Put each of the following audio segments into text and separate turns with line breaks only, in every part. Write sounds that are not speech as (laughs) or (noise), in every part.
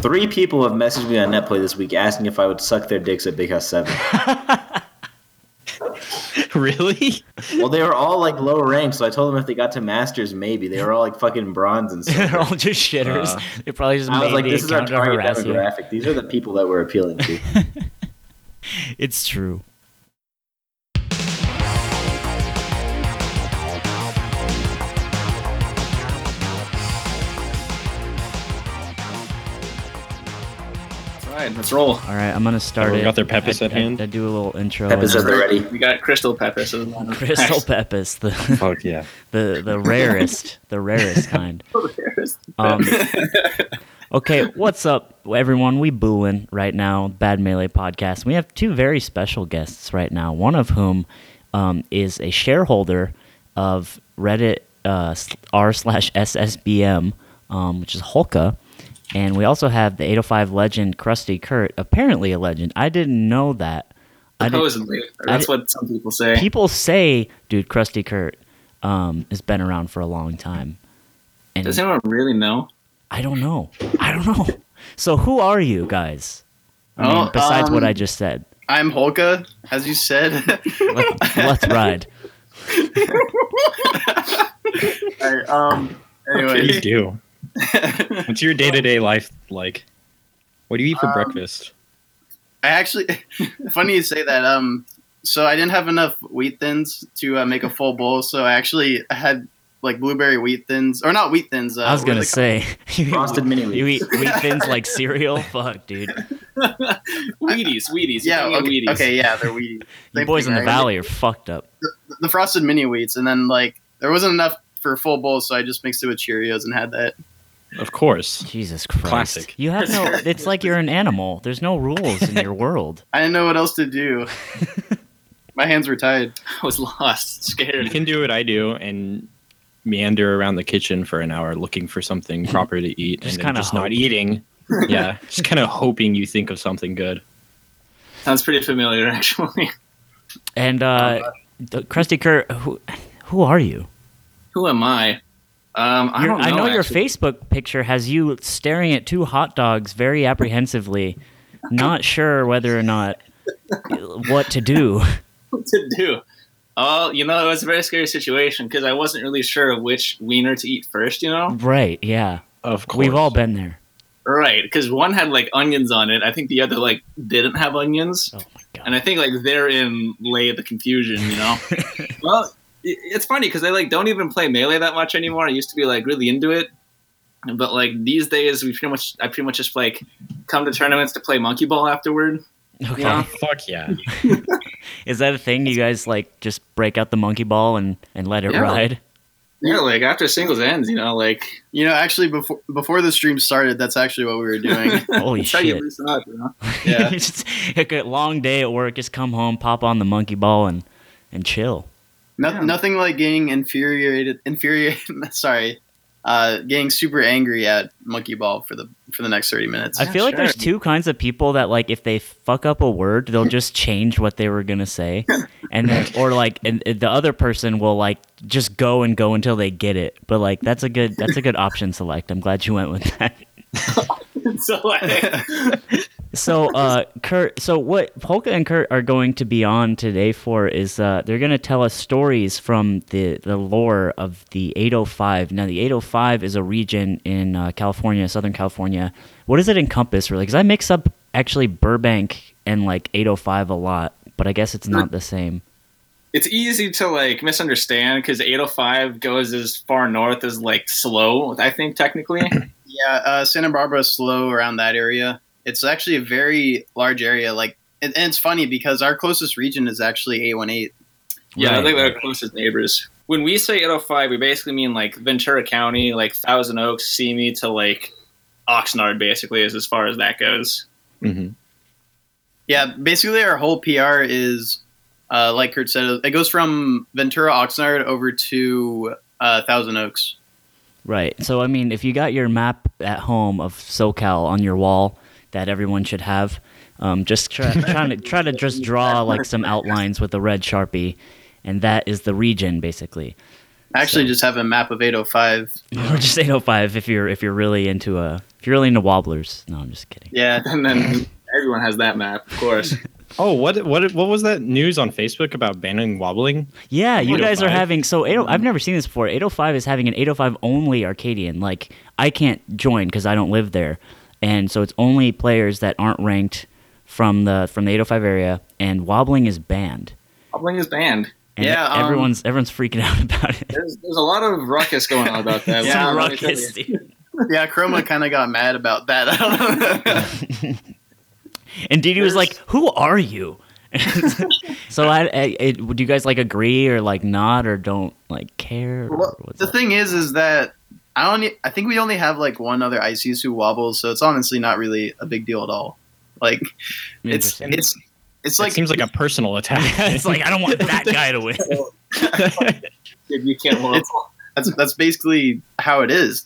Three people have messaged me on NetPlay this week asking if I would suck their dicks at Big House 7.
(laughs) really?
well, they were all like low rank, so I told them if they got to Masters, maybe. They were all like fucking bronze and
(laughs) They're (laughs)
stuff.
all just shitters.
Uh,
they probably just
I
made
was like,
the
this is our
account to
target
harass you.
demographic. These are the people that we're appealing to.
It's true.
All right, let's roll.
All right, I'm gonna start.
Everyone
it.
got their Pepis
I,
at
I-
hand?
I, do a little intro. and
Peppers at the ready.
We got Crystal Pepper. So
(laughs) Crystal Pepis, the
Fuck yeah.
(laughs) the the rarest, the rarest kind.
Pepper.
Um,
(laughs)
okay, what's up, everyone? We booing right now, Bad Melee Podcast. We have two very special guests right now. One of whom um, is a shareholder of Reddit uh, s- r slash SSBM, um, which is Holka. And we also have the 805 legend, Krusty Kurt, apparently a legend. I didn't know that. I didn't-
Supposedly, that's
I
what some people say.
people say, dude, Krusty Kurt um, has been around for a long time. And
Does anyone really know?
I don't know. I don't know. (laughs) So who are you guys? I mean,
Oh,
besides what
um,
I just said.
I'm Holka, as you said.
Let's, let's ride.
I, um,
What do you
anyway,
do? What's your day to day life like? What do you eat for
Um,
breakfast?
(laughs) I actually, (laughs) funny you say that. Um, so I didn't have enough wheat thins to uh, make a full bowl, so I actually had like blueberry wheat thins, or not wheat thins. Uh,
I was
what are
gonna
they
say (laughs) you,
Frosted mini
you
wheat.
eat wheat
(laughs)
thins like cereal. Fuck, dude.
(laughs) Wheaties, Wheaties.
called? Yeah.
Don't
Okay,
get Wheaties.
okay. Yeah, they're wheat.
(laughs) You
Same
boys
thing,
in the
right?
valley are fucked up.
The frosted mini wheats, and then like there wasn't enough for a full bowl, so I just mixed it with Cheerios and had that.
Of course.
Jesus Christ.
Classic.
You have no. It's like you're an animal. There's no rules in your world.
I didn't know what else
(laughs)
to do. My hands were tied.
(laughs) I was lost,
You
scared.
can do what I do and meander around the kitchen for an hour looking for something proper to eat
Just
and then
kinda
just
hope.
(laughs)
not eating. Yeah. Just kind of hoping you think of something good.
Sounds pretty familiar, (laughs) actually.
And
(laughs) Oh,
uh, the- Krusty Kurt, who, who are you?
Who am I? Um, I
Your-
don't know.
know your
actually.
Facebook picture has you staring at two hot dogs very apprehensively, not sure whether or not what to do.
What to do? Oh, you know, it was a very scary situation because I wasn't really sure which wiener to eat first. You know,
Right? Yeah,
Of course.
we've all been there.
right? Because one had like onions on it. I think the other like didn't have onions.
Oh my god!
and I think like therein lay the confusion,
(laughs)
you know. well, i- it's funny because I like don't even play melee that much anymore. I used to be like really into it, but like these days we pretty much I pretty much just like come to tournaments to play monkey ball afterward.
okay,
uh, yeah.
Fuck yeah.
is that a thing? You guys like just break out the monkey ball and and let it
Yeah. (laughs)
ride?
Yeah, like after singles ends, you know, like
You know, actually, before before the stream started, that's actually what we were
(laughs)
doing.
Holy
that's how you
shit!
loosen up, you know. (laughs)
(laughs)
Yeah.
Just- like a long day at work. Just come home, pop on the monkey ball, and and chill.
No,
Yeah.
Nothing like getting infuriated, infuriated. (laughs) Sorry, uh, getting super angry at Monkey Ball for the for the next thirty minutes.
I feel like
sure.
there's two kinds of people that like if they fuck up a word, they'll just change what they were gonna say, and then or like and and the other person will like just go and go until they get it. But like that's a good that's a good option select. I'm glad you went with that.
so (laughs) like,
So uh, Kurt, so what Polka and Kurt are going to be on today for is uh, they're gonna tell us stories from the the lore of the 805. Now the 805 is a region in uh, California, Southern California. What does it encompass really? Because I mix up actually Burbank and like 805 a lot, but I guess it's not the same.
it's easy to like misunderstand because 805 goes as far north as like slow. I think technically.
yeah, uh, Santa Barbara is slow around that area. It's actually a very large area. Like, and, and it's funny because our closest region is actually A one eight.
Yeah, I
Right.
think they're our closest neighbors. When we say 805, we basically mean like Ventura County, like Thousand Oaks, Simi to like Oxnard, basically, is as far as that goes. (laughs)
hmm
Mm-hmm.
Yeah, basically our whole PR is, uh, like Kurt said, it goes from Ventura Oxnard over to uh, Thousand Oaks.
Right. So I mean, if you got your map at home of SoCal on your wall that everyone should have, um, just try, try to try to just draw like some outlines with a red sharpie, and that is the region basically.
I actually just have a map of 805.
Or (laughs) just 805 if you're if you're really into uh if you're really into wobblers. No, I'm just kidding.
Yeah. (laughs)
And then everyone has that map, of course.
Oh, what what what was that news on Facebook about banning wobbling?
Yeah,
oh
you guys are
805?
having so 80,
Mm-hmm.
I've never seen this before. 805 is having an 805 only Arcadian. Like I can't join because I don't live there, and so it's only players that aren't ranked from the from the 805 area, and wobbling is banned.
Hobbling is banned.
And
Yeah, um,
everyone's everyone's freaking out (laughs) about it.
There's, there's a lot of ruckus going on about
(laughs)
that.
Yeah,
Let me- let me tell
ruckus,
you.
dude.
Yeah, Chroma kind of got mad about that. (laughs) I don't know.
And Didi was
There's-
like, "Who are you?" (laughs) so I, I, I, do you guys like agree or like not or don't like care? Or
Well,
what's
the
up?
thing is, is that I only I think we only have like one other ICs who wobbles, so it's honestly not really a big deal at all. Like it's
Interesting.
it's it's
It
like
seems like a personal attack.
(laughs)
(laughs)
it's like I don't want that guy to win. (laughs)
Dude, you can't wobble.
It's- that's that's basically how it is.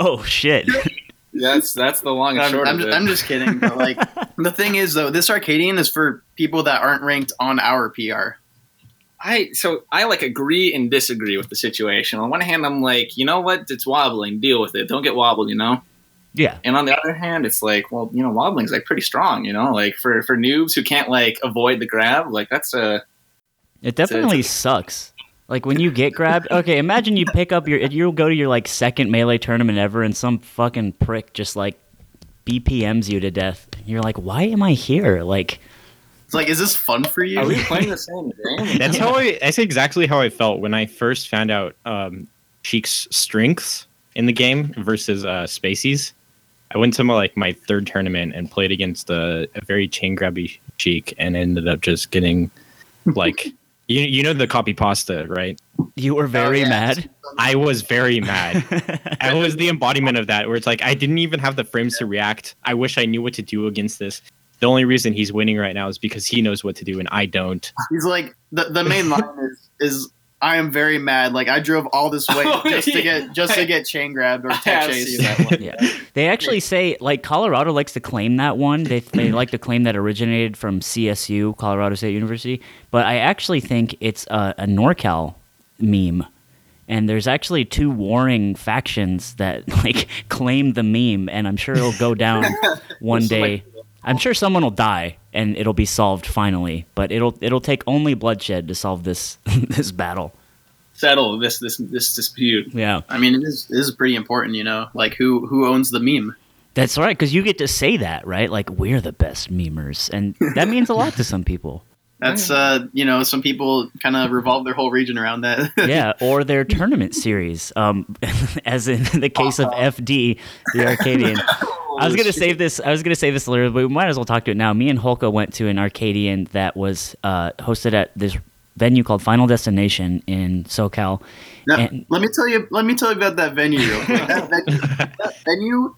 oh shit!
That's that's the long and
I'm,
short
I'm,
of
just,
it.
I'm just kidding. But like the thing is though, this Arcadian is for people that aren't ranked on our PR.
I so I like agree and disagree with the situation. On one hand, I'm like, you know what? It's wobbling. Deal with it. Don't get wobbled. You know.
Yeah,
And on the other hand, it's like, well, you know, wobbling's like pretty strong. You know, like for for noobs who can't like avoid the grab, like that's a
it definitely sucks. Like when you get grabbed. Okay, imagine you pick up your you'll go to your like second melee tournament ever, and some fucking prick just like BPMs you to death. You're like, why am I here? Like,
It's like, is this fun for you?
are we playing the same game?
That's how I. That's exactly how I felt when I first found out um, Sheik's strengths in the game versus uh, Spacey's. I went to my, like my third tournament and played against a, a very chain grabby Sheik and ended up just getting like you you know the copy pasta right?
you were very
yeah.
mad.
I was very mad. I was the embodiment of that, where it's like I didn't even have the frames to react. I wish I knew what to do against this. The only reason he's winning right now is because he knows what to do and I don't.
(laughs) He's like the the main line is is I am very mad. Like I drove all this way
(laughs) Oh,
just to
yeah.
get just to get chain grabbed or
I
tech
have
chased.
seen that one.
Yeah. They actually say like Colorado likes to claim that one. They they like to claim that originated from CSU, Colorado State University, but I actually think it's a, a NorCal meme. And there's actually two warring factions that (laughs) like claim the meme and I'm sure it'll go down one day. I'm sure someone will die and it'll be solved finally, but it'll it'll take only bloodshed to solve this (laughs) this battle.
Settle this this this dispute.
Yeah.
I mean, it is, it is pretty important, you know. Like who who owns the meme?
That's right, because you get to say that, right? Like we're the best memers, and that means a lot to some people.
That's uh, you know, some people kind of revolve their whole region around that. (laughs)
Yeah, or their tournament series, um, (laughs) as in the case of FD, the Arcadian. I was gonna save this. I was gonna save this later, but we might as well talk to it now. Me and Holka went to an Arcadian that was uh, hosted at this venue called Final Destination in SoCal.
Now,
And-
let me tell you. Let me tell you about that venue. Real quick. That venue, that venue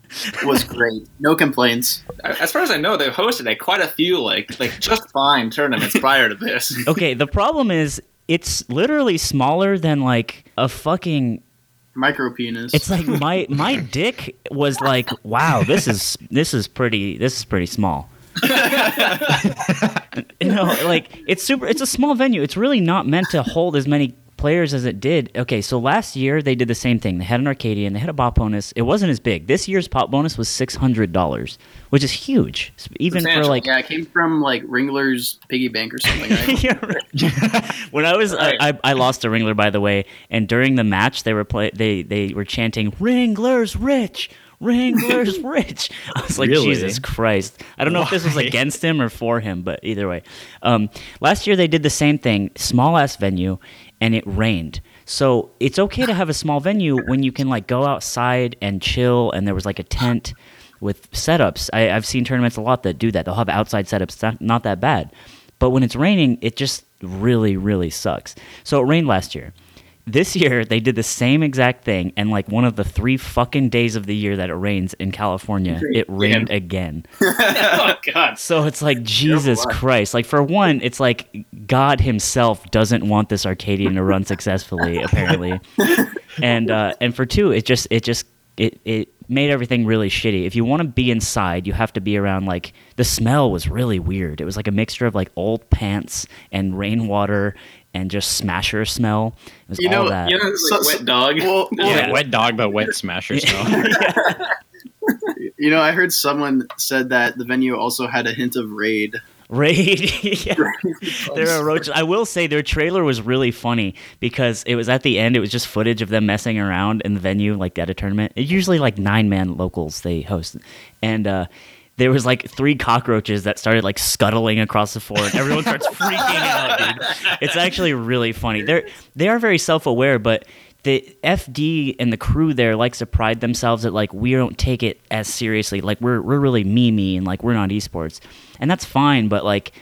was great. No complaints.
As far as I know, they've hosted like quite a few like like just fine tournaments prior
(laughs)
to this.
Okay, the problem is it's literally smaller than like a fucking
Micro penis.
It's like my my dick was like, wow, this is this is pretty this is pretty small. (laughs) no, like it's super. It's a small venue. It's really not meant to hold as many players as it did. Okay, so last year they did the same thing. They had an Arcadian. They had a pop bonus. It wasn't as big. This year's pop bonus was six hundred dollars, which is huge, even for
Substantial,
like.
yeah, it came from like Ringler's piggy bank or
(laughs)
something. Right? (laughs)
You're right. (laughs) when I was I, I, I lost to Ringler by the way, and during the match they were play they they were chanting Ringler's rich, Ringler's (laughs) rich. I was like
Really?
Jesus Christ. I don't know if this was
Why?
against him or for him, but either way, um, last year they did the same thing, small ass venue, and it rained. So it's okay to have a small venue when you can like go outside and chill, and there was like a tent with setups. I, I've seen tournaments a lot that do that. They'll have outside setups, It's not, not that bad. But when it's raining, it just really, really sucks. So it rained last year. This year, they did the same exact thing, and like one of the three fucking days of the year that it rains in California, it rained again.
oh God.
So it's
(laughs)
like, Jesus
luck.
Christ. Like, for one, it's like God Himself doesn't want this Arcadian to run successfully,
(laughs)
apparently. and uh, and for two, it just, it just, it, it made everything really shitty. If you want to be inside, you have to be around, like, the smell was really weird. It was like a mixture of, like, old pants and rainwater and just Smasher smell. It was
You
all
know-
that.
You
(laughs)
know, it's like
So-
wet dog.
Well,
(laughs)
well,
Yeah,
Yeah.
wet dog, but wet smasher smell.
you know, I heard someone said that the venue also had a hint of raid.
Raid. (laughs) yeah. They're a roach. I will say their trailer was really funny because it was at the end. It was just footage of them messing around in the venue, like at a tournament. It's usually like nine man locals they host, and uh, there was like three cockroaches that started like scuttling across the floor, and everyone starts freaking out, dude. It's actually really funny. They're they are very self aware, but. The FD and the crew there likes to pride themselves at like we don't take it as seriously. Like we're we're really me me and like we're not esports, and that's fine. But like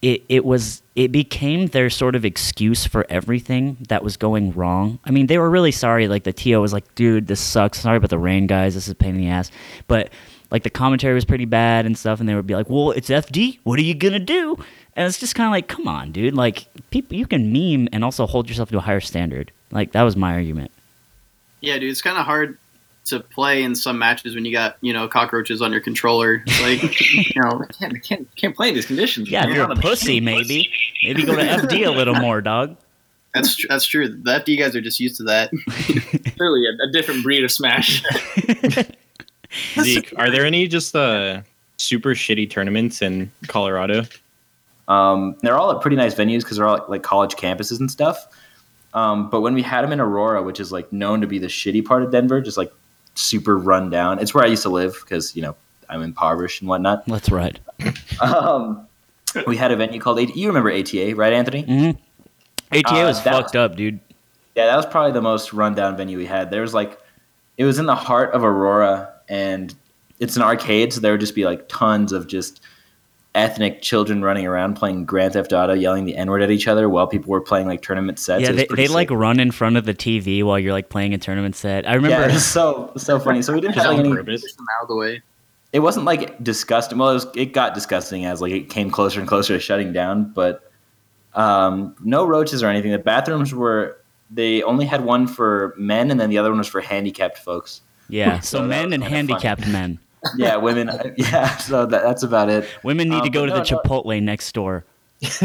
it, it was it became their sort of excuse for everything that was going wrong. I mean, they were really sorry. Like the TO was like, "Dude, this sucks. Sorry about the rain, guys. This is a pain in the ass." But like the commentary was pretty bad and stuff, and they would be like, "Well, it's FD. What are you gonna do?" And it's just kind of like, "Come on, dude. Like people, you can meme and also hold yourself to a higher standard." Like that was my argument.
Yeah, dude, it's kind of hard to play in some matches when you got you know cockroaches on your controller. Like, you know,
can't, can't, can't play in these conditions.
Yeah,
man.
if you're a
Not
pussy, maybe maybe go to FD a little more, dog.
that's tr- that's true. The FD guys are just used to that.
Clearly, a, a different breed of Smash.
Zeke, are there any just uh, super shitty tournaments in Colorado?
Um, they're all at pretty nice venues because they're all at, like college campuses and stuff. Um, but when we had them in Aurora, which is like known to be the shitty part of Denver, just like super run down. It's where I used to live because you know I'm impoverished and whatnot. (laughs)
That's right.
Um, we had a venue called ATA. You remember ATA, right, Anthony?
hmm ATA
Uh,
was
that-
fucked up, dude.
Yeah, that was probably the most rundown venue we had. There was like, it was in the heart of Aurora, and it's an arcade, so there would just be like tons of just ethnic children running around playing Grand Theft Auto, yelling the N word at each other while people were playing like tournament sets. It
yeah,
was
they,
pretty
they like
sick.
run in front of the TV while you're like playing a tournament set. I
Yeah,
remember. (laughs)
it was so so funny. So we didn't
Just
have like,
on
any.
purpose.
Just them out of the way.
It wasn't like disgusting. Well, it was. It got disgusting as like it came closer and closer to shutting down. But um, no roaches or anything. The bathrooms were. They only had one for men, and then the other one was for handicapped folks.
yeah,
(laughs)
so
So that
men
was
and
kinda
handicapped men.
yeah, (laughs) women. Yeah, so that, that's about it.
(laughs) Women need
Um,
to go
but
to the
no, no.
Chipotle next door.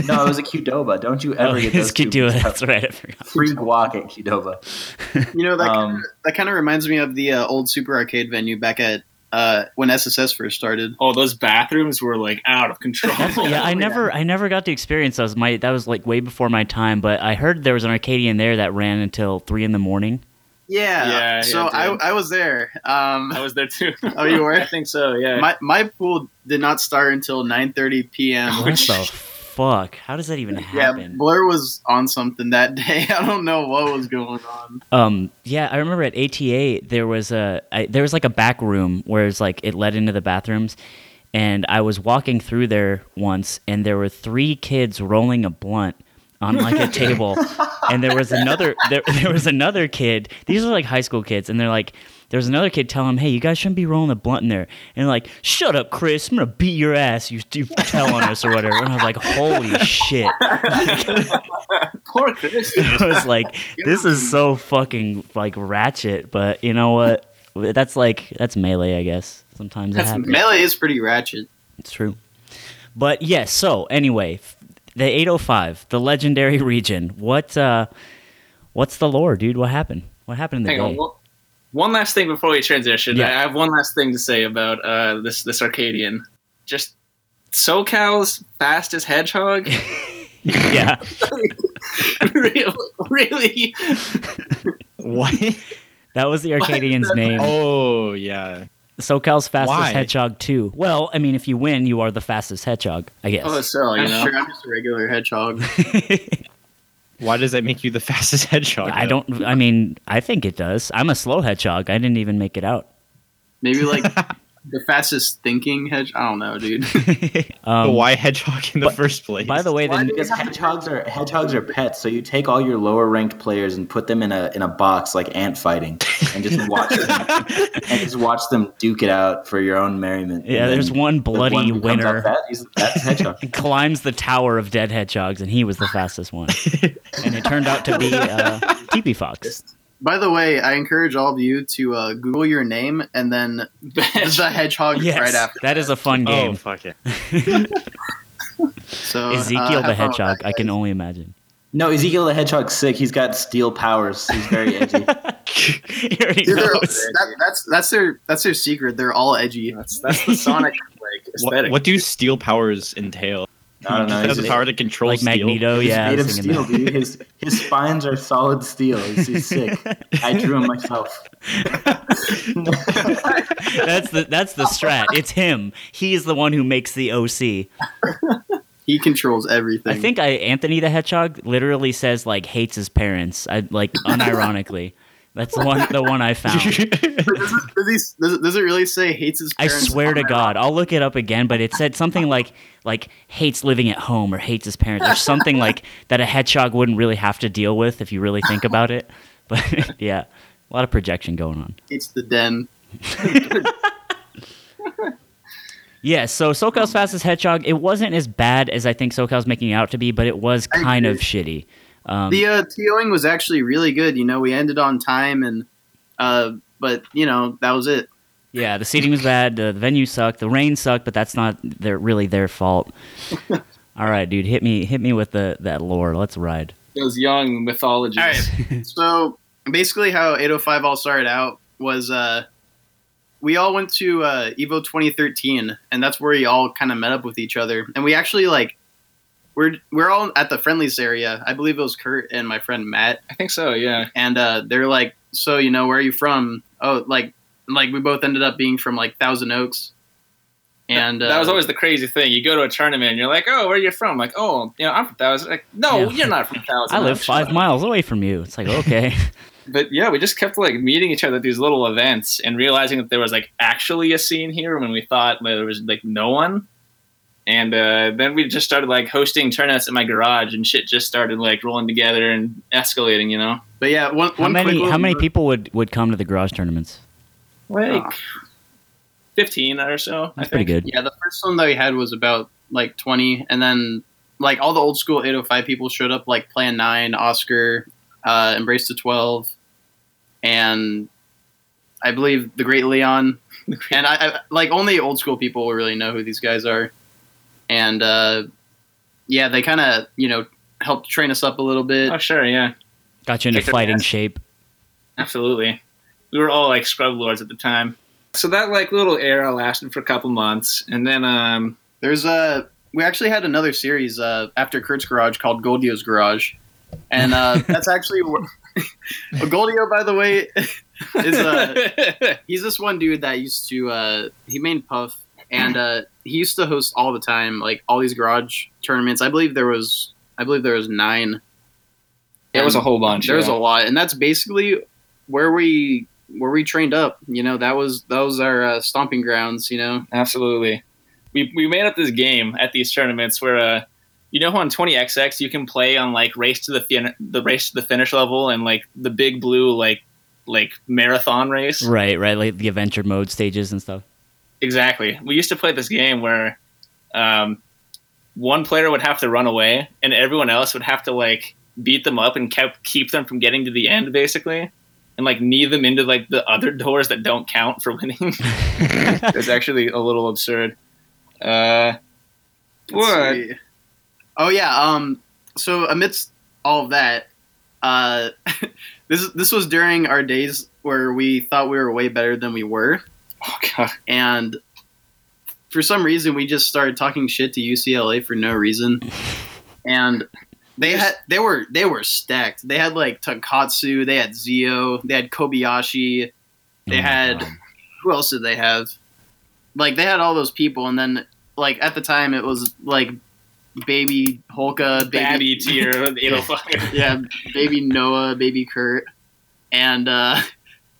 No, it was a Qdoba. Don't you ever
oh, (laughs)
get
this
those
could
two
do it.
mixed up.
That's right. I forgot.
Free guac at Qdoba.
You know that
Um,
kinda, that kind of reminds me of the uh, old Super Arcade venue back at uh, when SSS first started.
oh, those bathrooms were like out of control.
(laughs) Yeah, I never, I never got to experience those. My that was like way before my time. But I heard there was an Arcadian there that ran until three in the morning.
Yeah,
Yeah,
So
yeah, dude.
I I was there. Um,
(laughs) I was there too.
Oh, you were?
I think so. Yeah.
my my pool did not start until 9:30 p.m.
What
which
the fuck? How does that even
yeah,
happen?
Blair was on something that (laughs) day. I don't know what was going on.
Um, yeah, I remember at ATA there was a I, there was like a back room where it's like it led into the bathrooms, and I was walking through there once, and there were three kids rolling a blunt on like a table, and there was another there, (laughs) there was another kid. These are like high school kids, and they're like. There was another kid telling him, "Hey, you guys shouldn't be rolling a blunt in there." And like, "Shut up, Chris! I'm gonna beat your ass. You, you telling us or whatever." And I was like, "Holy shit!"
Poor Chris.
(laughs) I was like, this is so fucking like ratchet, but you know what? That's like that's melee, I guess. Sometimes it
That's,
happens.
melee is pretty ratchet.
it's true. But yes, so anyway, f- the 805, the legendary (laughs) region. What uh what's the lore, dude? What happened? What happened in the
Hang on.
day? (laughs)
One, one last thing before we transition.
Yeah.
I have one last thing to say about uh, this this Arcadian. Just SoCal's
(laughs)
fastest hedgehog.
yeah.
really, really.
What?
(laughs) That was the Arcadian's
What?
name.
Oh yeah.
SoCal's fastest
Why?
hedgehog too. Well, I mean if you win, you are the fastest hedgehog, I guess.
Oh, so you
I'm
know.
sure I'm just a regular hedgehog.
(laughs)
Why does that make you the (laughs) fastest
Oh,
hedgehog?
I
though?
don't I mean, I think it does. I'm a slow hedgehog. I didn't even make it out.
Maybe like the fastest thinking hedge. I don't know, dude.
But
Um,
why hedgehog in the
but-
first place?
By the way,
Why?
the,
Because hedgehogs are hedgehogs are pets. So you take all your lower ranked players and put them in a in a box like ant fighting, and just watch them (laughs) and just watch them duke it out for your own merriment.
(laughs) yeah,
And
there's
then
one
the one
bloody
who comes up
winner
That, he's, that's a hedgehog.
climbs the tower of dead hedgehogs, and he was the
(laughs)
fastest one. and it turned out to be uh, Teepee Fox.
By the way, I encourage all of you to uh, Google your name and
(laughs)
then the hedgehog
Yes,
right after.
that is a fun
oh
game.
fuck it.
So uh,
Ezekiel
have fun
the
with
uh,
hedgehog.
that,
I can
guys.
(laughs)
only imagine.
(laughs)
(laughs)
No, Ezekiel the Hedgehog's sick. He's got steel powers. He's very (laughs) edgy.
he already (laughs)
Dude, they're-
knows.
that- that's that's their that's their secret. They're all edgy.
That's that's
(laughs)
the Sonic like
What,
aesthetic.
what do steel powers entail?
I don't know.
He
He's
has the
just-
power to control
Like
steel. (laughs)
Magneto,
he's
Oh, yeah. I
made of
was thinking
steel,
that.
dude. His his spines are solid steel. He's, he's sick. I drew him myself.
(laughs) that's the that's the strat. It's him. He's the one who makes the OC.
He controls everything.
I think I Anthony the Hedgehog literally says like hates his parents. I
(laughs)
like unironically. That's the one the one I found.
But does, it, does, he, does, it, does it really say hates his
I
parents?
swear to God, I'll look it up again, but it said something like like hates living at home or hates his parents or
(laughs)
something like that a hedgehog wouldn't really have to deal with if you really think about it. (laughs) But yeah, a lot of projection going on.
It's the den.
Yeah, so SoCal's fastest hedgehog, it wasn't as bad as I think SoCal's making it out to be, but it was
I
kind of
agree.
shitty. Um,
The uh, TOing was actually really good. You know, we ended on time, and uh, but you know that was it.
Yeah, the seating was bad. The, the venue sucked. The rain sucked, but that's not their really their
(laughs)
fault. All right, dude, hit me hit me with the that lore. Let's ride.
Those young mythologies.
All right. so basically, how 805 all started out was uh, we all went to uh, Evo 2013, and that's where we all kind of met up with each other. And we actually like we're we're all at the friendlies area. I believe it was Kurt and my friend Matt,
I think so. Yeah.
and uh, they're like, "So you know where are you from?" Oh, like like we both ended up being from like Thousand Oaks. And
that was
uh,
always the crazy thing. You go to a tournament and you're like, "Oh, where are you from?" Like, "Oh, you know, I'm from Thousand. Like, "No,
Yeah.
you're not from Thousand.
I live
Oaks."
five miles away from you.
(laughs)
It's like okay,
But yeah, we just kept like meeting each other at these little events and realizing that there was like actually a scene here when we thought there was like no one. And uh, then we just started like hosting turnouts in my garage, and shit just started like rolling together and escalating. You know,
but yeah, one,
how
one quick
many
little-
how many people would would come to the garage tournaments?
like Oh, fifteen or so.
That's
I
pretty
think.
good.
Yeah, the first one that we had was about like 20, and then like all the old school 805 people showed up, like Plan 9, Oscar, uh, Embrace the 12, and I believe the Great Leon. (laughs) and I, I like only old school people will really know who these guys are. And uh, yeah, they kind of you know helped train us up a little bit.
Oh sure, yeah,
Got you into
Kick their
fighting
ass.
shape.
absolutely. We were all like scrub lords at the time. So that like little era lasted for a couple months, and then (laughs) um,
There's a we actually had another series uh, after Kurt's Garage called Goldio's Garage, and uh, that's actually (laughs) where- Goldio. By the way, (laughs) is uh, he's this one dude that used to uh, he made Puff, and uh, he used to host all the time, like all these garage tournaments. I believe there was I believe there was nine.
There was a whole bunch.
There was a
yeah.
lot, and that's basically where we where we trained up. You know, that was that was our uh, stomping grounds.
(laughs)
You know,
absolutely. We we made up this game at these tournaments where uh, you know how on 20xx you can play on like race to the fin- the race to the finish level and like the big blue like like marathon race.
Right, right, like the adventure mode stages and stuff.
Exactly. We used to play this game where um, one player would have to run away, and everyone else would have to like beat them up and kept keep them from getting to the end, basically, and like knee them into like the other doors that don't count for winning. (laughs) it's actually a little absurd. Uh,
Let's
what?
see. Oh yeah. Um. So amidst all of that, uh, (laughs) this this was during our days where we thought we were way better than we were,
Oh god.
and for some reason we just started talking shit to UCLA for no reason, and. They had they were they were stacked. They had like Takatsu, they had Zio, they had Kobayashi, They
Oh my
had-
God.
who else did they have? Like they had all those people, and then like at the time it was like baby Holka, baby
Babby E tier 805.
(laughs) yeah, baby Noah, baby Kurt, and uh,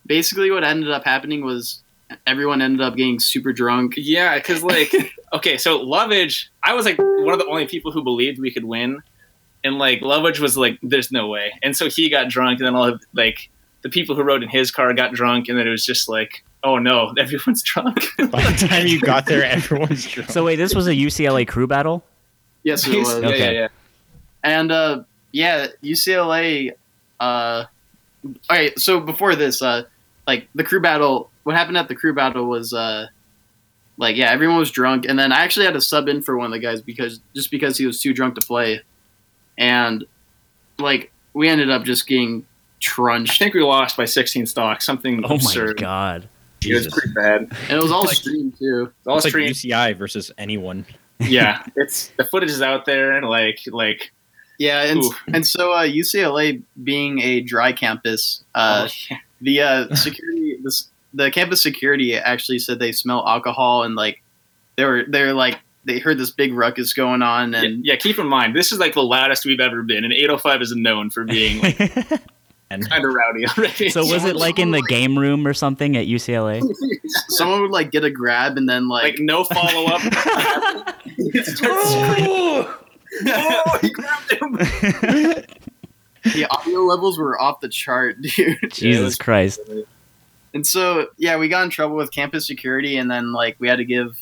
basically what ended up happening was everyone ended up getting super drunk.
Yeah, because
(laughs)
like, okay, so Lovage, I was like one of the only people who believed we could win, and like Lovage was like, "There's no way," and so he got drunk, and then all of, like the people who rode in his car got drunk, and then it was just like, "Oh no, (laughs) everyone's drunk."
By the time you got there,
(laughs)
everyone's drunk.
So wait, this was a UCLA crew battle.
Yes, it was.
yeah, yeah,
Okay.
yeah.
And uh, yeah, UCLA. Uh, all right. So before this, uh, like the crew battle, what happened at the crew battle was uh, like yeah, everyone was drunk, and then I actually had to sub in for one of the guys because just because he was too drunk to play, and like we ended up just getting
I
trunched.
think we lost by 16 stocks, something
Oh
absurd.
my
(laughs)
god.
It was
Jesus.
pretty bad. It
And it was all
Like-
stream too.
was all
It's like
stream-
(laughs)
UCI versus anyone. (laughs)
yeah, it's the footage is out there. Like, like
Yeah, and
Oof.
and so uh, UCLA being a dry campus, uh, (laughs) the uh, security this, the campus security actually said they smell alcohol and like they were they're like they heard this big ruckus going on
yeah,
and
yeah, keep in mind this is like the loudest we've ever been, and 805 is known for being
(laughs)
like, kind of rowdy already.
so was it like in the game room or something at
(laughs)
UCLA?
someone would like get a grab and then
like
like,
no follow up? oh, he grabbed him.
the audio levels were off the chart, (laughs) dude.
Jesus
(laughs)
Christ.
And so yeah, we got in trouble with campus security and then like we had to give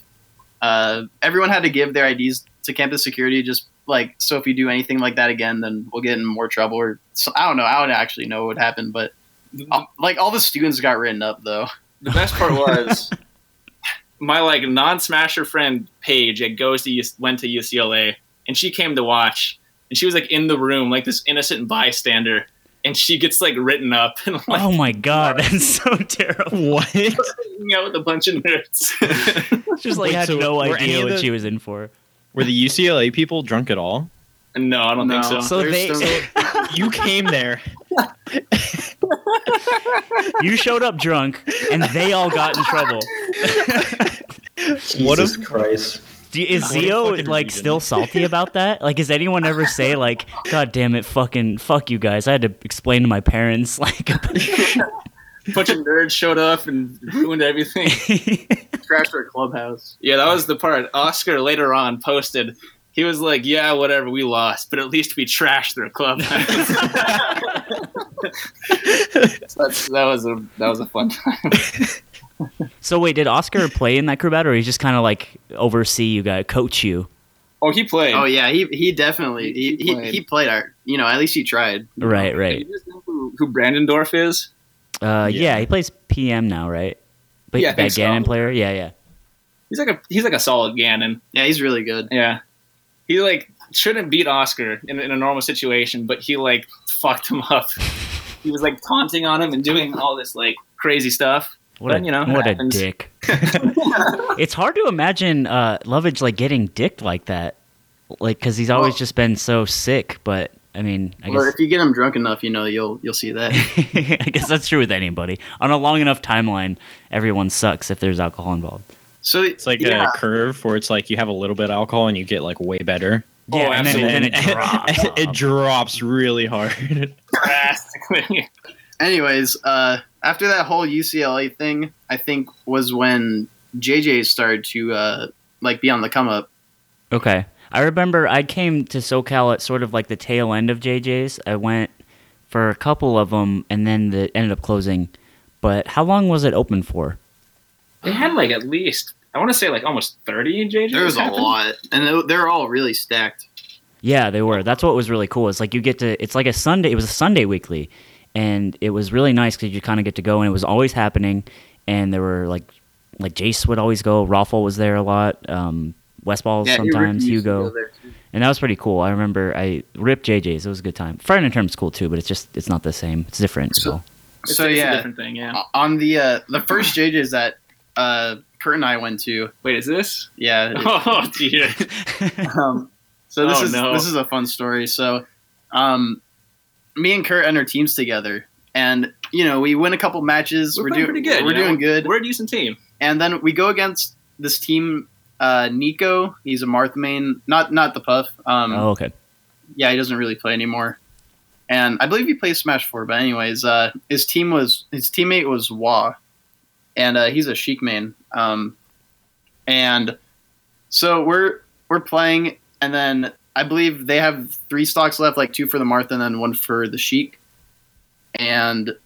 uh, everyone had to give their IDs to campus security just like so if you do anything like that again then we'll get in more trouble or so, I don't know, I don't actually know what happened, but uh, like all the students got written up though.
The best part was my like non-smasher friend Paige that goes to U- went to UCLA, and she came to watch, and she was like in the room, like this innocent bystander, and she gets like written up and like
Oh my god, (laughs) that's so terrible.
What?
hanging out with a bunch of nerds. (laughs)
Just like had
So
no
were any
idea
of
what
the-
she was in for.
Were the UCLA people drunk at all?
no, I don't think so.
No.
So
there's
they
some-
You came there.
you showed up drunk and they all got in trouble.
what
What
(laughs) Jesus
if-
Christ.
Do- Is
What a
Zio
fucking
like
reason.
still salty about that? Like, does anyone ever say like, "God damn it, fucking fuck you guys"? I had to explain to my parents (laughs) like,
A bunch of nerds showed up and ruined everything.
crashed our clubhouse.
Yeah, that was the part. Oscar later on posted. He was like, "Yeah, whatever, we lost, but at least we trashed their club." (laughs) That's, that was a that was a fun time.
so wait, did Oscar play in that crew battle, or he just kind of like oversee you guys, coach you?
Oh, he played.
Oh yeah, he he definitely
He
he, he,
played.
he played our you know, at least he tried.
Right,
Do
right.
you guys know who, who Brandendorf is?
Uh, yeah.
Yeah.
he plays PM now, right? But
Yeah, I
that
think so.
Ganon player, yeah, yeah.
He's like a he's like a solid Ganon.
Yeah, he's really good.
Yeah, he like shouldn't beat Oscar in, in a normal situation, but he like fucked him up. he was like taunting on him and doing all this like crazy stuff.
What a,
But, you know,
what
it
a
happens.
dick.
(laughs)
it's hard to imagine uh, Lovage like getting dicked like that, like because he's always
Well-
just been so sick. But I mean, I
Or
guess (laughs)
if you get him drunk enough, you know, you'll you'll see that.
I guess that's true with anybody. On a long enough timeline, everyone sucks if there's alcohol involved.
So
It's like uh,
yeah,
a curve where it's like you have a little bit of alcohol and you get like way better.
Oh,
yeah, and then,
absolutely.
(laughs)
then it
(laughs)
drops.
it (laughs) drops really hard. (laughs)
Drastically.
anyways, uh, after that whole UCLA thing, I think was when JJ started to uh, like be on the come up.
Okay. I remember I came to SoCal at sort of like the tail end of JJ's. I went for a couple of them and then the, ended up closing. But how long was it open for?
They had like at least I want to say like almost thirty JJ.
There was a lot, and they- they're all really stacked.
Yeah, they were. That's what was really cool. It's like you get to, it's like a Sunday, it was a Sunday weekly. And it was really nice because you kind of get to go and it was always happening. And there were like, like Jace would always go. Raffle was there a lot. Um, Westball
Yeah,
sometimes,
Irvin used to
Hugo.
go there, too.
and that was pretty cool. I remember I ripped JJ's. It was a good time. Friday and term's cool too, but it's just it's not the same. It's different. So
It's,
So
it's a
yeah,
different thing. Yeah.
o- on the uh,
(laughs)
the first JJ's that uh, Kurt and I went to,
Wait, is this?
yeah, it-
(laughs) Oh dear.
(laughs) um, so this
Oh,
is
no.
this is a fun story. So, um, me and Kurt enter teams together, and you know we win a couple matches.
We're,
We're,
doing
doing
pretty good.
We're
you know?
doing good.
We're a decent team.
and then we go against this team. Uh, Nico, he's a Marth main, not not the Puff. Um,
oh, okay.
yeah, he doesn't really play anymore. And I believe he plays Smash Four, but anyways, uh, his team was his teammate was Wah, and uh, he's a Sheik main. Um, and so we're we're playing, and then I believe they have three stocks left, like two for the Martha and then one for the Sheik. And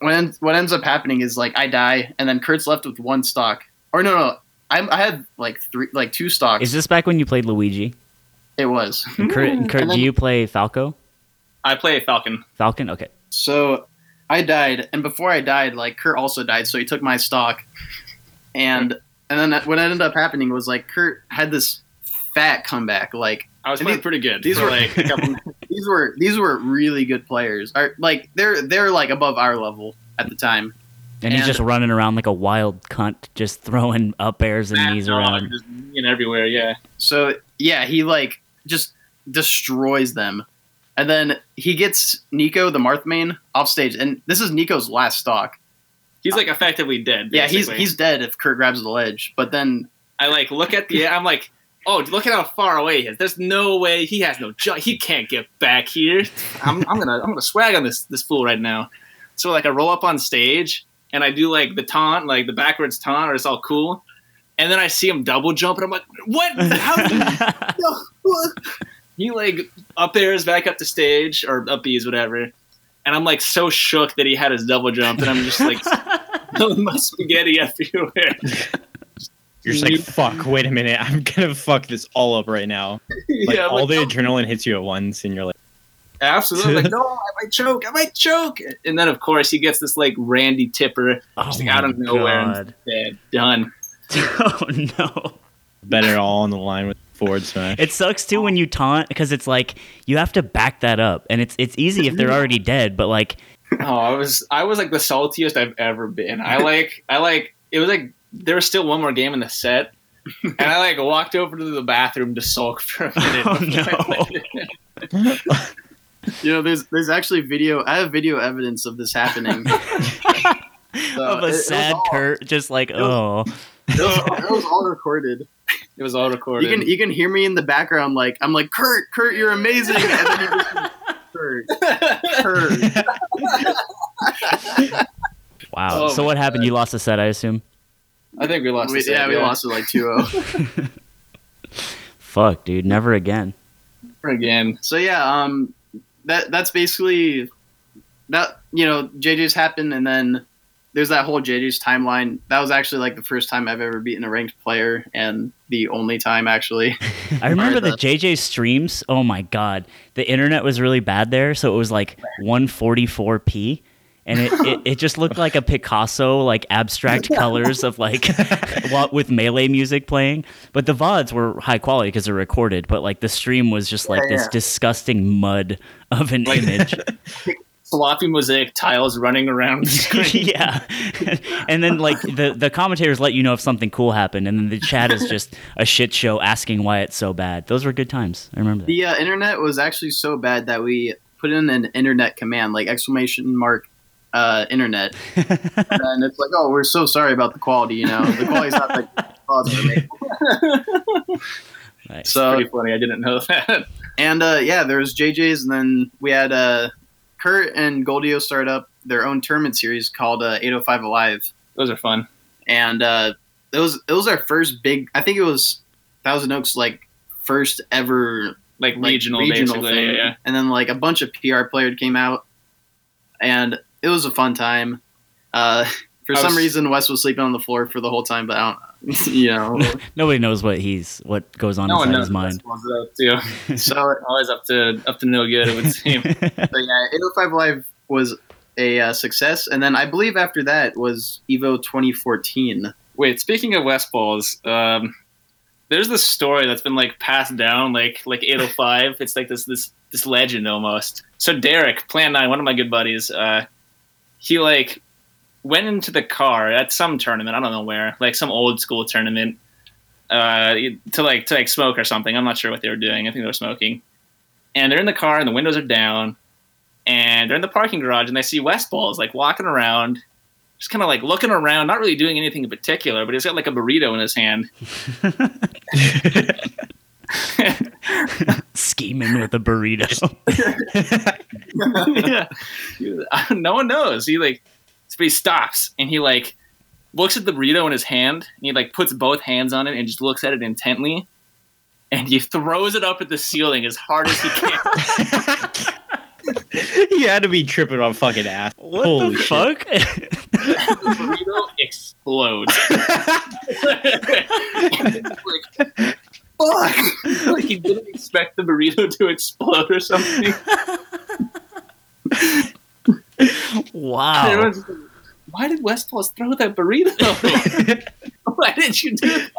what ends, what ends up happening is like I die, and then Kurt's left with one stock. Or no, no, I, I had like three, like two stocks.
Is this back when you played Luigi?
it was.
And Kurt, and Kurt
And then-
do you play Falco?
I play Falcon.
Falcon? Okay.
So I died, and before I died, like Kurt also died, so he took my stock. And and then what ended up happening was like Kurt had this fat comeback. Like
I was
And
playing
these-
pretty good.
these
for,
were-
like a couple.
these these were these were really good players. Are like they're they're like above our level at the time.
And he's
And-
just running around like a wild cunt, just (laughs) throwing up airs and knees around.
and everywhere. Yeah,
So yeah, he like just destroys them. And then he gets Nico the Marthmain off stage and this is Nico's last stock.
he's like effectively dead.
Yeah, he's
basically.
he's dead if Kurt grabs the ledge. But then
I like look at the. I'm like, oh, look at how far away he is. There's no way he has no jump. He can't get back here. I'm, I'm gonna I'm gonna swag on this this fool right now. So like I roll up on stage and I do like the taunt, like the backwards taunt, or it's all cool. And then I see him double jump, and I'm like, what? How did you no, what? he like up airs back up to stage or up B's whatever, and I'm like so shook that he had his double jump, and I'm just like (laughs) "Oh, my spaghetti everywhere. (laughs)
You're just like, fuck, wait a minute. I'm going to fuck this all up right now. Like,
yeah, I'm
all
like,
the
"No,
adrenaline hits you at once, and you're like,
absolutely (laughs) I'm like no, I might choke, I might choke, and then of course he gets this like Randy Tipper
Oh
just
my
out of nowhere
God.
and dead, done.
(laughs) oh no.
better all on the line with forward
(laughs)
smash. (laughs)
It sucks too when you taunt because it's like you have to back that up, and it's it's easy if they're already dead. But
(laughs)
like,
(laughs) Oh, I was I was like the saltiest I've ever been. I like I like it was like there was still one more game in the set. And I like walked over to the bathroom to sulk (laughs) for a minute.
Oh, no.
you know there's there's actually video I have video evidence of this happening. So
of
it- it
a
was
sad
all-
Kurt, just like oh,
It was, all- it was all recorded.
(laughs) It was all
You
recorded.
can you can hear me in the background, like I'm like Kurt, Kurt, you're amazing. And then you just, (laughs) Kurt, Kurt.
wow.
Oh
so
my
what happened? You lost a set, I assume.
I think we lost.
We-
the set,
yeah, we lost it like oh. 2-0.
Fuck, dude, never again.
again.
so yeah, um, that that's basically that. You know, JJ's happened, and then there's that whole JJ's timeline. That was actually like the first time I've ever beaten a ranked player, and the only time actually.
I remember the
Sorry,
JJ streams. Oh my god, the internet was really bad there, so it was like 144p, and it, it, it just looked like a Picasso, like abstract
(laughs)
colors of like (laughs) what with melee music playing. But the vods were high quality because they're recorded. But like the stream was just like this
yeah.
disgusting mud of an
(laughs)
image.
Sloppy mosaic tiles running around. The
(laughs)
screen.
yeah. and then like the the commentators let you know if something cool happened, and then the chat is just a shit show asking why it's so bad. Those were good times. I remember that.
The uh, internet was actually so bad that we put in an internet command, like exclamation mark uh, internet, and then it's like, oh, we're so sorry about the quality. You know, the quality's not like the quality we're making.
Nice.
So
Pretty funny. I didn't know (laughs) that.
And uh, yeah, there was JJ's, and then we had uh, Kurt and Goldio start up their own tournament series called uh, 805 Alive,
Those are fun.
and uh, it was it was our first big. I think it was Thousand Oaks like first ever
Like,
like,
regional, basically. Yeah, yeah.
And then like a bunch of PR players came out, and it was a fun time. Uh, (laughs) for
I
some
was-
reason, Wes was sleeping on the floor for the whole time, but I don't, (laughs) you know.
Nobody knows what he's what goes on inside his mind.
what that's up
(laughs)
to.
so
Always up to up to no good. It would seem.
But yeah, 805 Live was a uh, success, and then I believe after that was Evo 2014.
Wait, speaking of West Balls, um, there's this story that's been like passed down, like like 805. It's like this this this legend almost. So Derek, Plan Nine, one of my good buddies, uh, he like went into the car at some tournament. I don't know where, like some old school tournament, uh, to like to like smoke or something. I'm not sure what they were doing. I think they were smoking. And they're in the car, and the windows are down, and they're in the parking garage, and they see West Balls like walking around just kind of like looking around, not really doing anything in particular, but he's got like a burrito in his hand. (laughs)
Scheming with a burrito.
yeah. (laughs) No one knows. He like, so he stops and he like looks at the burrito in his hand and he like puts both hands on it and just looks at it intently and he throws it up at the ceiling as hard as he can.
you had to be tripping on fucking ass.
what
Holy
the
shit.
fuck? (laughs)
the burrito explodes. (laughs) And it's like, fuck! (laughs) like he didn't expect the burrito to explode or something.
wow.
Everyone's just like, Why did West Paul's throw that (laughs) burrito? Why did you do that?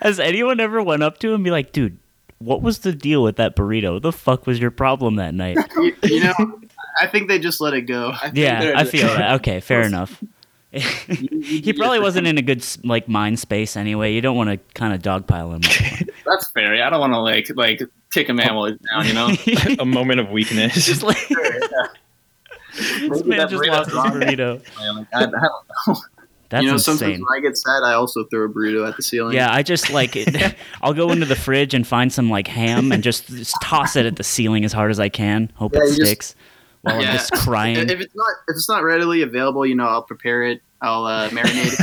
Has anyone ever went up to him and be like, dude, what was the deal with that burrito? What the fuck was your problem that
(laughs)
night?
you, you know, I think they just let it go.
I think
yeah,
they're
I
just-
feel that. Okay, fair
(laughs)
enough.
you-
he probably wasn't in a good s- like mind space anyway. You don't want to kind of dogpile
(laughs)
him. (laughs)
That's fair. I don't want to like like kick a man while he's down. You (laughs) know,
a moment of weakness.
just
(laughs)
like (laughs) this
Maybe
man
that
just
burrito's
lost his
wrong.
burrito.
(laughs) Like, I, I don't-
That's
you know, sometimes
insane.
when I get sad, I also throw a burrito at the ceiling.
Yeah, I
(laughs)
just like it. (laughs) I'll go into the fridge and find some like ham and just, just toss it at the ceiling as hard as I can. Hope
Yeah,
it
you just-
sticks. while
Yeah.
I'm just
If
crying.
if it's not if it's not readily available, you know, I'll prepare it. I'll uh, marinate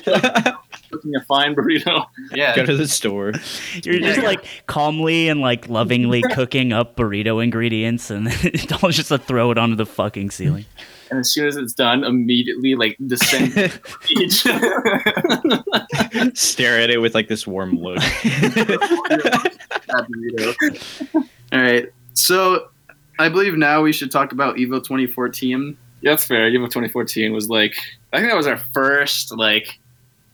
it.
cooking a fine burrito.
Go
Yeah.
to the store.
You're just like calmly and like
(laughs)
lovingly cooking up burrito ingredients and (laughs) don't just like, throw it onto the fucking ceiling.
And as soon as it's done, immediately like (laughs) descend to the beach.
(laughs) Stare at it with like this warm
(laughs)
look.
that burrito. All right. So I believe now we should talk about Evo 2014.
yeah, (laughs) that's fair. Evo 2014 was like I think that was our first like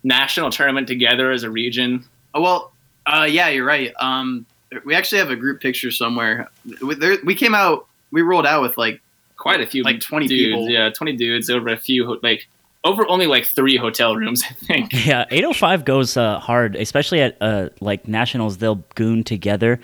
national tournament together as a region.
Oh, well, uh, yeah, you're right. Um, we actually have a group picture somewhere. We, there, we came out, we rolled out with like
Quite a few,
Like 20
dudes,
people.
Yeah, 20 dudes over a few ho- like over only like three hotel rooms. I think.
Yeah, 805 goes uh, hard, especially at uh, like nationals. They'll goon together.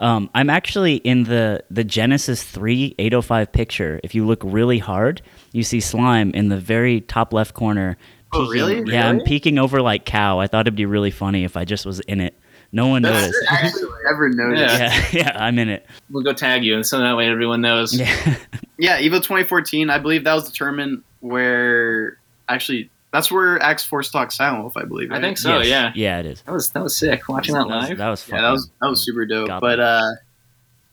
Um, I'm actually in the the Genesis 3 805 picture. If you look really hard, you see slime in the very top left corner.
Oh,
peeking-
really?
Yeah, I'm
Really?
peeking over like cow. I thought it'd be really funny if I just was in it. No one noticed.
(laughs) actually never noticed.
Yeah, (laughs) yeah, I'm in it.
We'll go tag you, and so that way everyone knows.
Yeah.
Yeah. Evo 2014. I believe that was the tournament where actually that's where Axe Force talked Silent Wolf. I believe.
I
right?
think
(laughs)
so.
Yes.
Yeah,
Yeah, it is.
that was that was sick. Watching that
That was-
live.
That was fun.
Yeah, that was that was super dope.
Got
But uh,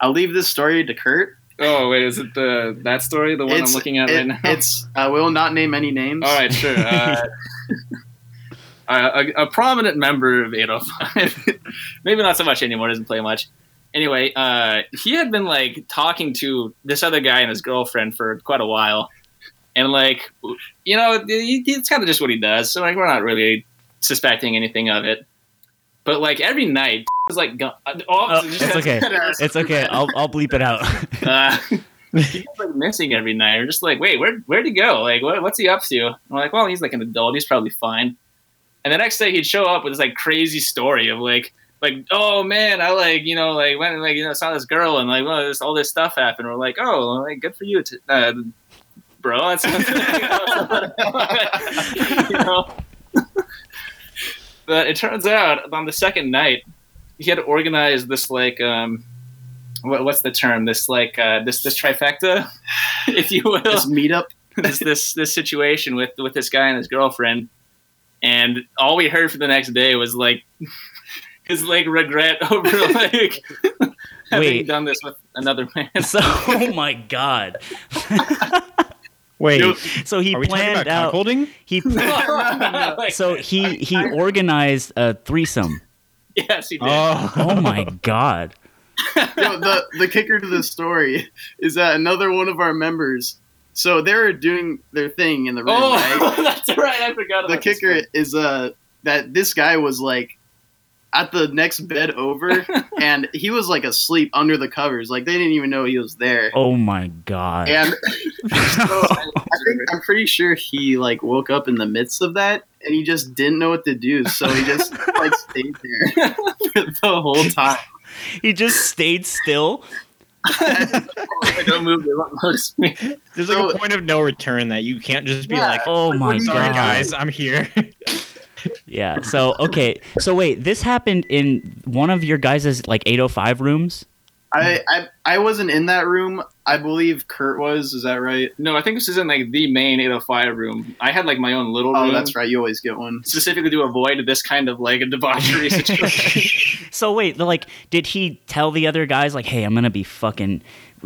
I'll leave this story to Kurt.
Oh wait, is it the that story? The one
It's-
I'm looking at
it-
right now.
It's I will not name any names.
(laughs) All right, sure.
(laughs)
Uh, a, a prominent member of 805, (laughs) maybe not so much anymore, doesn't play much. Anyway, uh, he had been like talking to this other guy and his girlfriend for quite a while. And like, you know, he- it's kind of just what he does. So like, we're not really suspecting anything of it. But like every night, (laughs) was like, go- oh,
it's okay. It's okay. I'll I'll bleep it out.
uh, he's like missing every night. We're just like, wait, where where'd he go? Like, what, what's he up to? And we're like, well, he's like an adult. He's probably fine. And the next day, he'd show up with this like crazy story of like, like, oh man, I like, you know, like went and like you know saw this girl and like, well, this all this stuff happened. We're like, oh, like good for you, t- uh, bro. (laughs) That's you know. (laughs) But it turns out on the second night, he had organized this like um, what, what's the term? This like uh, this this trifecta, (laughs) if you will,
(laughs) This meetup.
(laughs) this this this situation with with this guy and his girlfriend, and all we heard for the next day was like (laughs) his like regret (laughs) over like having
Wait.
(laughs) done this with another man. (laughs)
(laughs)
so, (laughs) oh my god.
Wait,
Dude,
So he
are we talking
planned
about
out.
holding?
He
(laughs)
planned. (laughs)
Like,
so he he organized a threesome.
yes, he did.
Oh,
Oh my god!
No, the the kicker to the story is that another one of our members. So they're doing their thing in the room.
oh, (laughs)
right?
that's right. I forgot.
(laughs) The
about this
kicker
one.
is uh that this guy was like at the next bed (laughs) over, and he was like asleep under the covers. Like they didn't even know he was there.
Oh my god! (laughs)
And so (laughs) I think I'm pretty sure he like woke up in the midst of that and he just didn't know what to do, so he just like stayed (laughs) there for the whole
(laughs)
time.
he just stayed still.
oh
I don't move. They won't notice me.
there's like
So-
a point of no return that you can't just be
Yeah.
like,
Oh my
sorry
god!
guys, I'm here.
Yeah. So okay. So wait, this happened in one of your guys' like 805 rooms.
I, I I wasn't in that room. I believe Kurt was. Is that right?
No, I think this is in like the main 805 room. I had like my own little
Oh,
room.
that's right. You always get one.
Specifically to avoid this kind of like debauchery situation.
So wait, like, did he tell the other guys like, "Hey, I'm gonna be fucking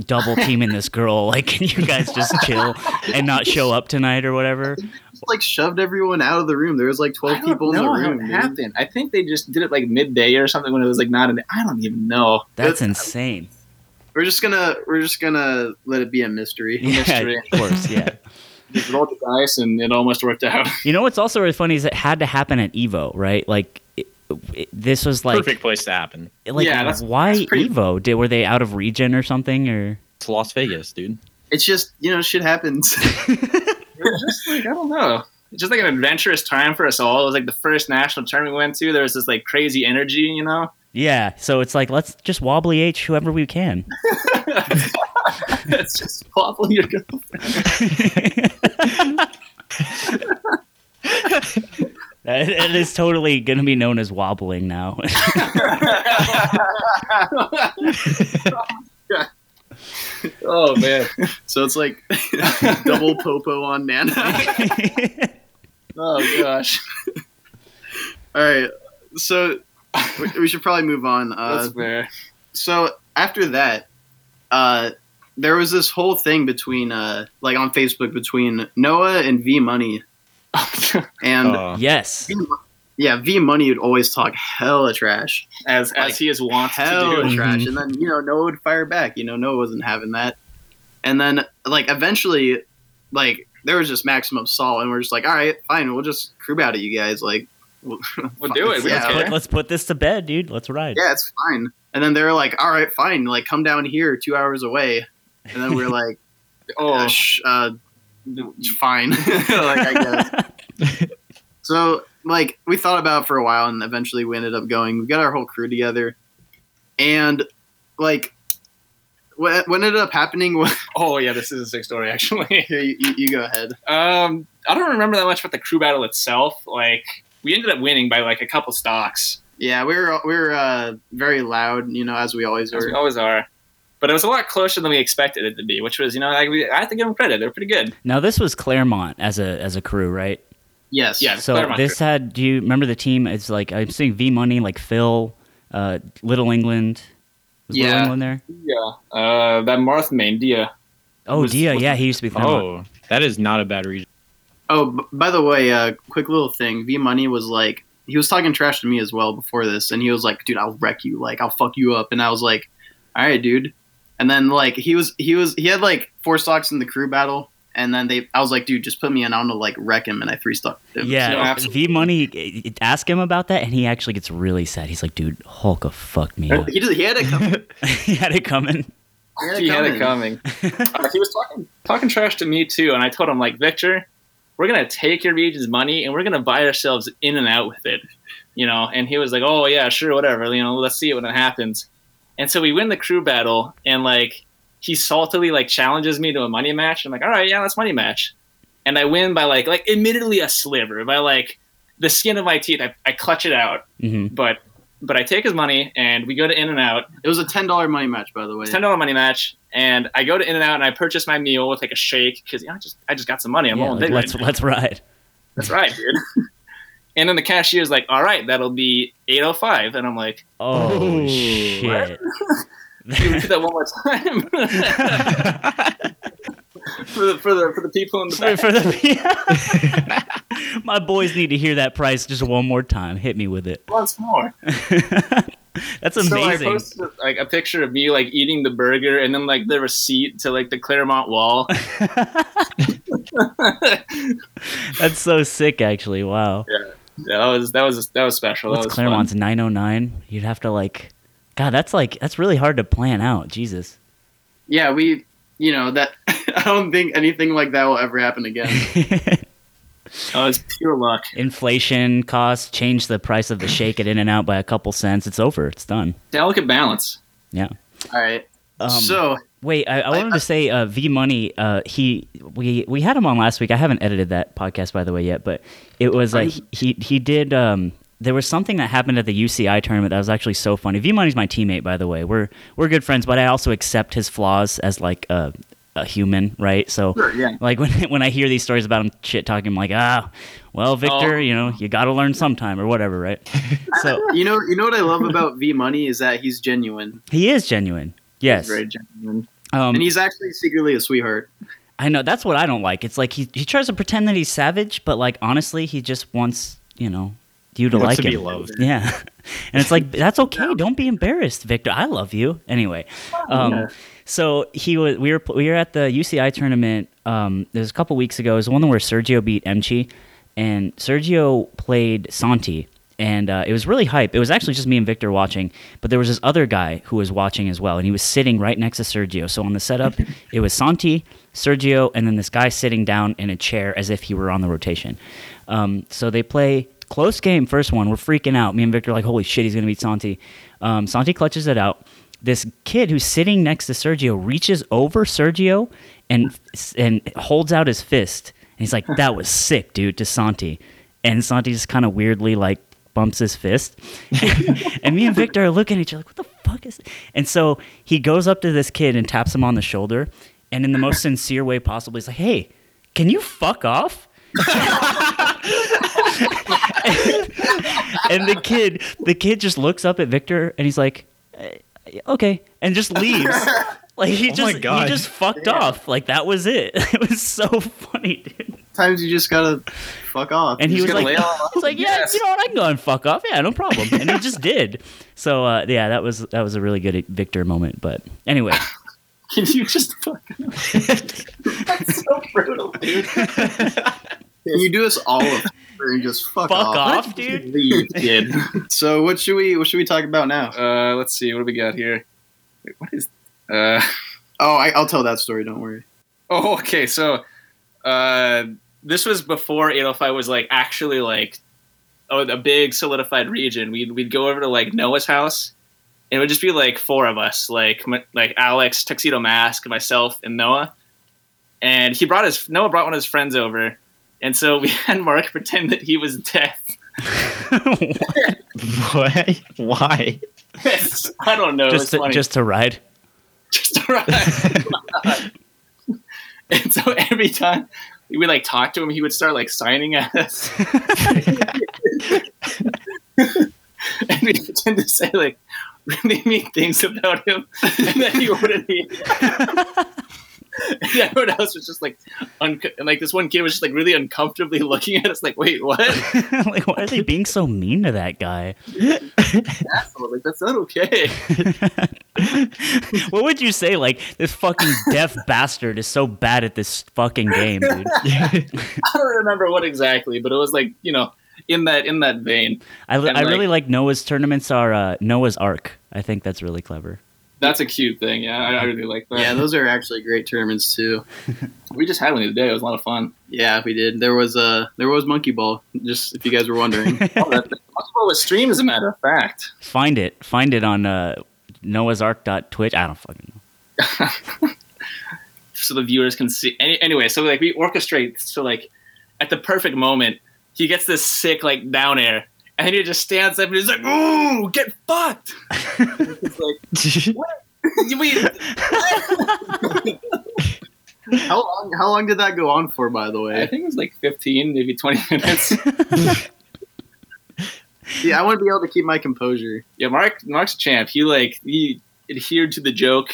double teaming this girl. (laughs) Like, can you guys just chill and not show up tonight or whatever?"
Just like shoved everyone out of the room. There was like
I
twelve
don't
people in the
know how
room.
it
dude.
happened. I think they just did it like midday or something when it was like not an. I don't even know.
That's insane.
We're just gonna we're just gonna let it be a
(laughs)
mystery.
Yeah, of course. Yeah.
Just rolled the dice and it almost worked out. (laughs)
You know what's also really funny is it had to happen at Evo, right? Like it, it- this was like
(laughs) Perfect place to happen.
like
Yeah, that's-
why
that's pretty-
Evo? Did were they out of region or something or
It's Las Vegas, dude.
It's just you know shit happens. (laughs)
just like I don't know. It's just like an adventurous time for us all. It was like the first national tournament we went to. There was this like crazy energy, you know. (laughs)
yeah? So it's like let's just wobbly h whoever we can.
it's just (laughs) awful. You're gonna
That- it is totally going to be known as wobbling
(laughs)
now.
oh
(laughs)
man,
so it's like
(laughs)
double popo on Nana.
oh gosh,
(laughs) All right, so we, we should probably move on. Uh,
that's fair. (laughs)
so after that, uh, there was this whole thing between uh, like on Facebook between Noah and V Money, and
Uh,
yes.
yeah, V Money would always talk hella trash.
as
Like,
as he is wont
hell
to do.
trash. And then, you know, Noah would fire back. You know, Noah wasn't having that. And then, like, eventually, like, there was just maximum assault, and we're just like, all right, fine, we'll just crew out at you guys. Like, we'll,
We'll do it. We
yeah,
don't
Put-
care.
let's put this to bed, dude. Let's ride.
yeah, it's fine. And then they're like, all right, fine, like, come down here two hours away. And then we're like, oh,
Oh,
sh- uh, fine. (laughs) like, I
(laughs)
guess. So like we thought about it for a while and eventually we ended up going. We got our whole crew together, and like what, what ended up happening (laughs) was
oh yeah, this is a sick story actually.
here you, you, you go ahead.
Um, I don't remember that much about the crew battle itself. Like we ended up winning by like a couple stocks,
Yeah, we were we were uh, very loud, you know, as we always
as we
are.
always are. But it was a lot closer than we expected it to be, which was, you know, like we, I have to give them credit. They're pretty good.
(laughs) Now this was Claremont as a as a crew, right?
Yes.
Yeah.
So
Claremont
this had do you remember the team? It's like I'm seeing V Money, like Phil, uh, Little England. Was Little
Yeah.
England there?
Yeah. Uh, that Marth main, Dia.
Oh,
Was-
Dia,
was-
yeah, he used to be Claremont.
oh, that is not a bad (laughs) region.
Oh, b- by the way, uh, quick little thing. V Money was like he was talking trash to me as well before this, and he was like, "Dude, I'll wreck you. Like, I'll fuck you up." And I was like, "All right, dude." And then like he was he was he had like four stocks in the crew battle, and then they I was like, "Dude, just put me in. I'm gonna like wreck him." And I three stock. him.
No,
Yeah,
absolutely.
V Money. uh, Ask him about that, and he actually gets really sad. He's like, "Dude, Hulk, a fuck me." up."
He just he (laughs) had it coming.
(laughs) he had it coming.
He had it coming. Uh, he was talking talking trash to me too, and I told him like, Victor, we're gonna take your region's money and we're gonna buy ourselves in and out with it, you know. And he was like, Oh yeah, sure, whatever, you know, let's see it when it happens. And so we win the crew battle, and like he saltily like challenges me to a money match. I'm like, All right, yeah, let's money match, and I win by like like admittedly a sliver by like the skin of my teeth. I, I clutch it out,
hmm
but but I take his money and we go to In and Out.
It was a ten dollar money match, by the way.
ten dollar money match, and I go to In and Out and I purchase my meal with like a shake because you know, I just I just got some money. I'm
Yeah,
all
like,
big.
let's
right now.
let's ride.
That's right, dude. (laughs) and then the cashier's like, "All right, that'll be eight oh five. and I'm like,
Oh,
Oh,
shit!
"Can you repeat that one more time (laughs) for the for the for the people in the
for,
back."
for the (laughs)
(laughs)
my boys need to hear that price just one more time. Hit me with it. (laughs)
Once more.
That's
So I
amazing.
posted like a picture of me like eating the burger and then like the receipt to like the Claremont
(laughs)
wall.
That's so sick, actually. Wow.
Yeah, that was that was that was special.
What's
that was fun.
Claremont's 909? You'd have to like, God, that's like that's really hard to plan out.
(laughs)
Jesus.
Yeah, we you know that (laughs) I don't think anything like that will ever happen again.
Oh, it's pure luck.
Inflation costs change the price of the shake at In and Out by a couple cents. It's over. It's done.
Delicate balance.
All right.
Um,
so
Wait, I, I wanted to say uh, V Money. Uh, he we we had him on last week. I haven't edited that podcast by the way yet, but it was uh, he he- he did. Um, there was something that happened at the UCI tournament that was actually so funny. V Money's my teammate by the way. We're we're good friends, but I also accept his flaws as like a a human, right? So
yeah.
like (laughs) when when I hear these stories about him shit talking, I'm like, ah, well, Victor,
Oh.
you know, you got to learn sometime or whatever, right? so
You know you know what I love about V Money is that he's genuine.
he is genuine. Yes.
Very genuine.
Um,
and he's actually secretly a sweetheart.
I know that's what I don't like. It's like he he tries to pretend that he's savage, but like honestly, he just wants you know you to
Wants
like
to
him.
be loved.
(laughs) Yeah, and it's like that's okay. Don't be embarrassed, Victor. I love you anyway. Um, So he was we were pl- we were at the UCI tournament. Um, there's a couple weeks ago. It was one where Sergio beat Emchi, and Sergio played Santi, and uh, it was really hype. It was actually just me and Victor watching, but there was this other guy who was watching as well, and he was sitting right next to Sergio. So on the setup, it was Santi, Sergio, and then this guy sitting down in a chair as if he were on the rotation. Um, so they play close game, first one. We're freaking out. Me and Victor are like, holy shit, he's going to beat Santi. Um, Santi clutches it out. This kid who's sitting next to Sergio reaches over Sergio and, and holds out his fist. And he's like, that was sick, dude, to Santi. And Santi just kind of weirdly like bumps his fist. (laughs) and me and Victor are looking at each other like, what the fuck is this? And so he goes up to this kid and taps him on the shoulder. And in the most sincere way possible, he's like, hey, can you fuck off? and, and the kid, the kid just looks up at Victor and he's like, "Eh, okay, and just leaves. Like he
Oh my
just
God.
he just fucked off. Like that was it. (laughs) It was so funny, dude.
Sometimes you just gotta fuck off.
And
You
he
just
was
gotta
like,
lay
(laughs)
off.
he's like, yeah,
Yes.
you know what? I can go and fuck off. Yeah, no problem. And he just did. (laughs) So uh, yeah, that was that was a really good Victor moment. But anyway,
(laughs) Can you just fuck (laughs) off? That's so brutal, dude. Can
you do us all a favor and just fuck,
fuck off, dude.
Leave,
(laughs)
kid.
So what should we what should we talk about now?
Uh, let's see. What do we got here? Wait, what is? Uh,
Oh, I, I'll tell that story. Don't worry.
oh, okay. So, uh, this was before 805 was like actually like a, a big solidified region. We'd we'd go over to like Noah's house, and it would just be like four of us, like my, like Alex, Tuxedo Mask, myself, and Noah. And he brought his Noah brought one of his friends over, and so we (laughs) had Mark pretend that he was deaf.
What? Why?
(laughs)
(laughs)
I don't know.
just
it's
to,
funny.
just to ride. (laughs)
(laughs) just arrived. and so every time we like talk to him, he would start like signing at us. (laughs) and we would tend to say like really mean things about him, and then he wouldn't be. And everyone else was just like, unco- and, like this one kid was just like really uncomfortably looking at us, like, "Wait, what?
like, why are they being so mean to that guy? (laughs)
Asshole, Like that's not okay."
what would you say? Like, this fucking deaf (laughs) bastard is so bad at this fucking game, dude.
I don't remember what exactly, but it was like you know, in that in that vein.
I, li-
And,
I
like-
really like Noah's tournaments are uh, Noah's Ark. I think that's really clever.
That's a cute thing. Yeah, I, I really like that.
Yeah, those are actually great tournaments too.
We just had one the other day. It was a lot of fun.
Yeah, we did. There was uh, there was monkey ball. Just if you guys
(laughs)
were wondering.
Oh, that thing. Multiple was streamed, as a matter of fact.
Find it. Find it on uh, Noah's Ark.twitch. I don't fucking know.
So the viewers can see. Any, anyway, so like we orchestrate. So like at the perfect moment, he gets this sick like down air, and he just stands up and he's like, "Ooh, get
(laughs)
fucked!" it's like, we,
how long? How long did that go on for? By the
I
way,
think it was like fifteen, maybe twenty minutes.
yeah, I want to be able to keep my composure.
Yeah, Mark Mark's a champ. He like he adhered to the joke,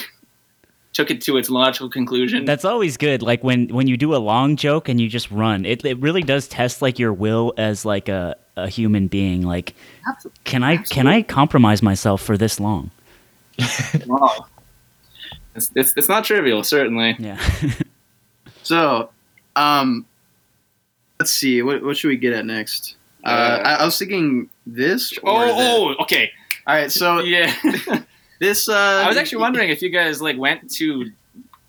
took it to its logical conclusion.
That's always good. Like when when you do a long joke and you just run, it it really does test like your will as like a, a human being. Like, can I can I compromise myself for this long?
wrong. It's, it's, it's not trivial, certainly.
Yeah.
So, um, let's see. What what should we get at next? Uh, I, I was thinking this. Or that.
Oh, oh, okay.
all right.
(laughs)
So
Yeah.
this. Uh,
I (laughs) was actually wondering if you guys like went to.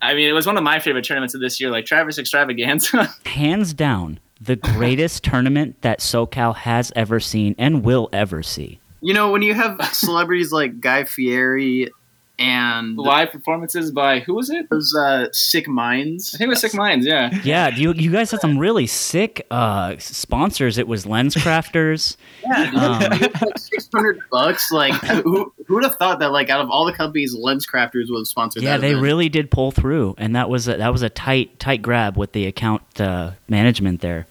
I mean, it was one of my favorite tournaments of this year, like Travis Extravaganza.
(laughs)
(laughs)
hands down the greatest tournament that SoCal has ever seen and will ever see.
You know, when
(laughs)
you have celebrities like Guy Fieri and
Live performances by who was it?
those uh, sick
I (laughs)
minds.
think it was Sick Minds. Yeah.
Yeah, you you guys had some really sick uh, sponsors. It was
(laughs)
Lens Crafters. Um,
Six hundred
(laughs)
bucks. Like, who who'd have thought that? Like, out of all the companies, Lens Crafters would have sponsored.
yeah,
that
they
event.
really did pull through, and that was a, that was a tight tight grab with the account uh, management there.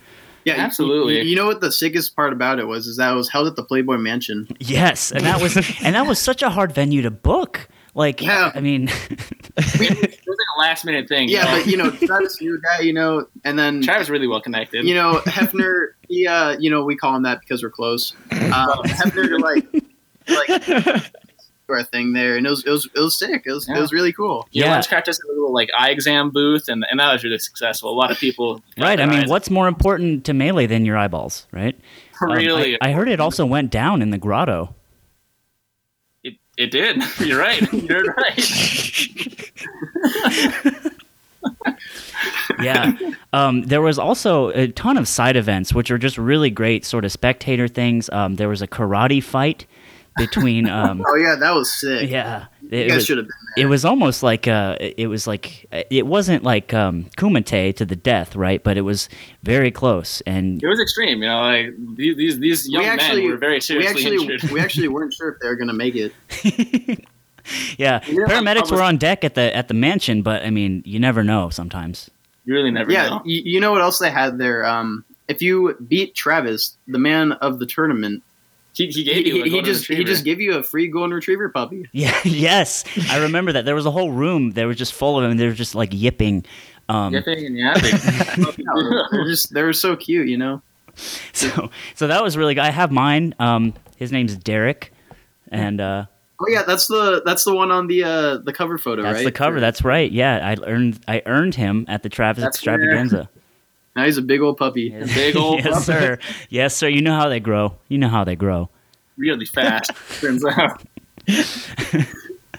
Yeah, you-
Absolutely.
You, you know what the sickest part about it was is that it was held at the Playboy Mansion.
Yes, and that
(laughs)
was and that was such a hard venue to book. Like,
Yeah.
I mean,
It was like a last minute thing.
Yeah,
you know?
but you know, (laughs) Travis, you guy, you know, and then
Travis really well connected.
you know Hefner. He, uh, you know, we call him that because we're close. Um, Hefner like like do our thing there, and it was it was it was sick. It was it
Yeah.
was really cool.
Your
Yeah.
lunch craft has a little like eye exam booth, and, and that was really successful. A lot of people.
(laughs)
got
right? I
their
mean,
eyes-
what's more important to melee than your eyeballs, right? Um, I-
really,
I, heard it also went down in the grotto.
it, it did. (laughs) You're right. You're right.
Yeah. um, there was also a ton of side events, which are just really great sort of spectator things. Um, there was a karate fight between.
(laughs)
Um,
Oh yeah, that was sick.
yeah.
you
It
guys
was,
should have been.
it was almost like uh, it was like it wasn't like um, Kumite to the death, right? But it was very close, and
It was extreme. You know, like these these, these young
we actually
men were very seriously
we actually,
injured. (laughs)
we actually weren't sure if they were gonna make it.
yeah,
Yeah,
paramedics
I was-
were on deck at the at the mansion. But I mean, you never know sometimes. (laughs)
You really (laughs) never
yeah,
know.
you, you know what else they had there? Um, if you beat Travis, the man of the tournament,
He, he
he,
gave you. a
he- he
golden
just he
retriever.
just gave you a free golden retriever puppy.
Yeah, yes, I remember that. There was a whole room. They were just full of them. and They were just like yipping. Um,
Yipping and yapping. (laughs)
No,
(laughs)
they're just they were so cute, you know.
So so that was really. good. I have mine. Um, his name's Derek, and uh,
Oh yeah, that's the that's the one on the uh the cover photo,
that's
right?
the cover. That's right. Yeah, I earned I earned him at the Travis
That's where-
Extravaganza.
now he's a big old puppy.
(laughs)
Big old
yes,
puppy.
sir. Yes, sir. You know how they grow. You know how they grow.
really fast. turns
(laughs)
out.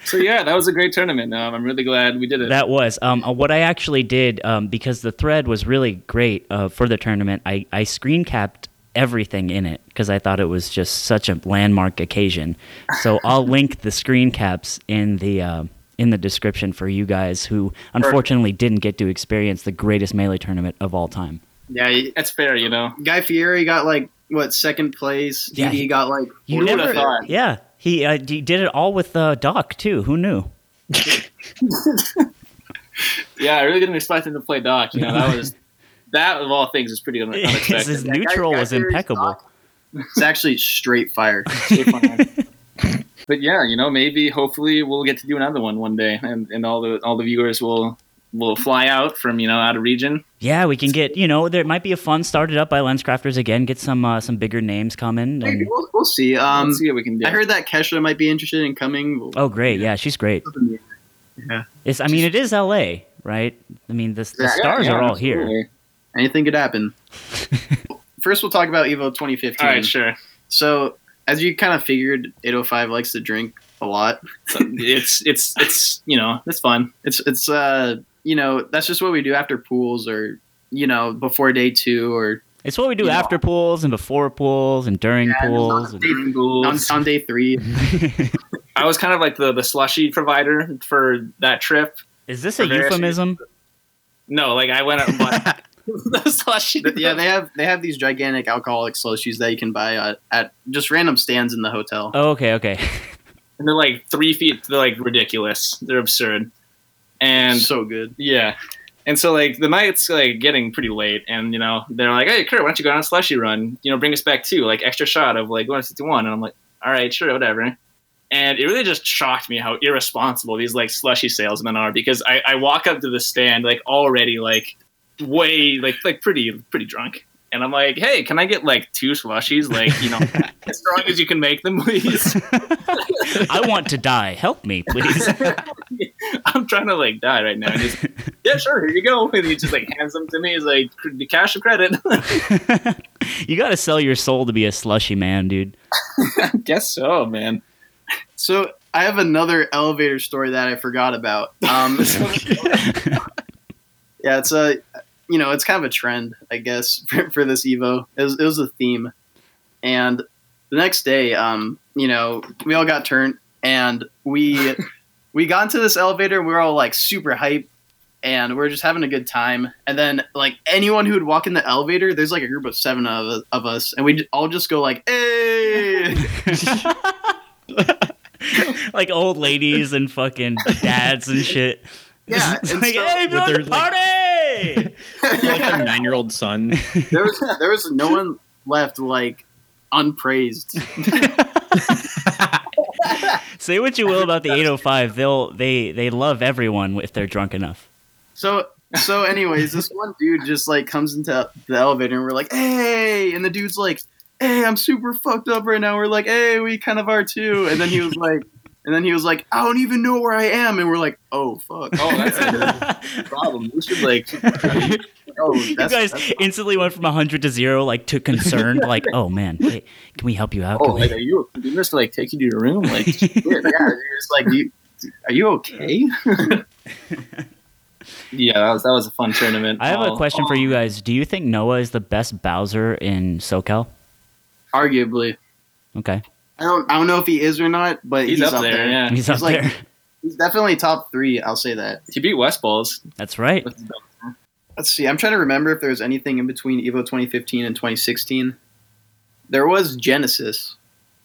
so yeah, that was a great tournament. Um, I'm really glad we did it.
That was um, uh, what I actually did um, because the thread was really great uh, for the tournament. I, I screen capped everything in it because I thought it was just such a landmark occasion. So (laughs) I'll link the screen caps in the um in the description for you guys who unfortunately didn't get to experience the greatest melee tournament of all time.
Yeah, he-
That's fair, you know.
Guy Fieri got like what second place.
Yeah,
DD
he-
got like
You
fourth
never-
place.
Yeah, he uh, d- did it all with uh, Doc too. Who knew?
Yeah, I really didn't expect him to play Doc. You know,
(laughs)
that was that of all things is pretty un-
His
unexpected.
his neutral
Guy- Guy
was
Fieri's
impeccable.
Doc. It's actually straight
(laughs)
fire. (laughs)
but yeah, you know, maybe hopefully we'll get to do another one one day, and, and all the all the viewers will will fly out from you know out of region.
Yeah, we can get you know there might be a fund started up by Lenscrafters again. Get some uh, some bigger names coming.
Maybe
And,
we'll, we'll see. Um,
Let's see what we can do.
I heard that Kesha might be interested in coming.
oh, great! Yeah, she's great. It's I mean it is L.A. right? I mean the, the
Yeah,
stars
Yeah,
are all
absolutely.
here.
Anything
(laughs)
could happen. First, we'll talk about Evo 2015.
All right, sure.
So, as you kind of figured, 805 likes to drink a lot.
So it's it's it's you know it's fun.
It's it's uh you know that's just what we do after pools or you know before day two or
It's what we do
Yeah.
after pools and before pools and during
Yeah, and
pools. and-
During on, on day
(laughs)
three.
I was kind of like the the slushy provider for that trip.
is this a
Very actually-
(laughs)
euphemism?
No, like I went out and bought the slushy.
yeah, they have they have these gigantic alcoholic slushies that you can buy at, at just random stands in the hotel.
Oh, okay, okay.
and they're like three feet. They're like ridiculous. They're absurd. And
so good.
yeah, and so like the night's like getting pretty late, and you know they're like, hey, Kurt, why don't you go on a slushy run? You know, bring us back too, like extra shot of like 161. And I'm like, all right, sure, whatever. And it really just shocked me how irresponsible these like slushy salesmen are because I, I walk up to the stand like already like way like like pretty pretty drunk. And I'm like, hey, can I get like two slushies? Like, you know, (laughs) as strong as you can make them, please.
I want to die. Help me, please. (laughs)
I'm trying to like die right now. And he's,
(laughs)
yeah, sure, here you go. (laughs) And he just like hands them to me. He's like, the cash or credit? (laughs)
you got to sell your soul to be a slushy man, dude.
Guess so, man.
So I have another elevator story that I forgot about. Um, so- yeah, it's a you know it's kind of a trend, I guess, (laughs) for, for this Evo. It was, it was a theme, and the next day, um, you know, we all got turned, and we we got into this elevator. We were all like super hype. And we we're just having a good time. And then, like anyone who would walk in the elevator, there's like a group of seven of, us- of us, and we all just go like, "Hey!" (laughs)
Like old ladies and fucking dads and shit.
Yeah,
It's
and
like,
so-
hey,
With
we're
their,
the
like-
party!
like a nine-year-old son.
there was there was no one left like unpraised.
Say what you will about the 805, they'll they they love everyone if they're drunk enough. (laughs)
So so anyways, this one dude just like comes into the elevator and we're like, hey, and the dude's like, hey, I'm super fucked up right now. We're like, hey, we kind of are too. And then he was like, and then he was like, I don't even know where I am. And we're like, oh fuck.
Oh, that's a
yeah,
(laughs)
problem. We should like
(laughs)
oh,
you
that's-
guys
that's-
instantly went from 100 to 0 like to concerned like oh man hey, can we help you out
oh,
Can we-
like, are you? Did you just like take you to your room?
(laughs)
Like, shit, yeah, it's like, you, are you okay? yeah, that was that was a fun tournament.
i have a
Oh,
question
oh,
for you guys do you think noah is the best bowser in socal
arguably.
okay
I don't. I don't know if he is or not, but
He's, up, there, Yeah,
he's up
He's like-
there
He's definitely top three. I'll say that.
he beat West Balls.
that's right
with-
Let's see. I'm trying to remember if there was anything in between Evo 2015 and 2016. There was Genesis.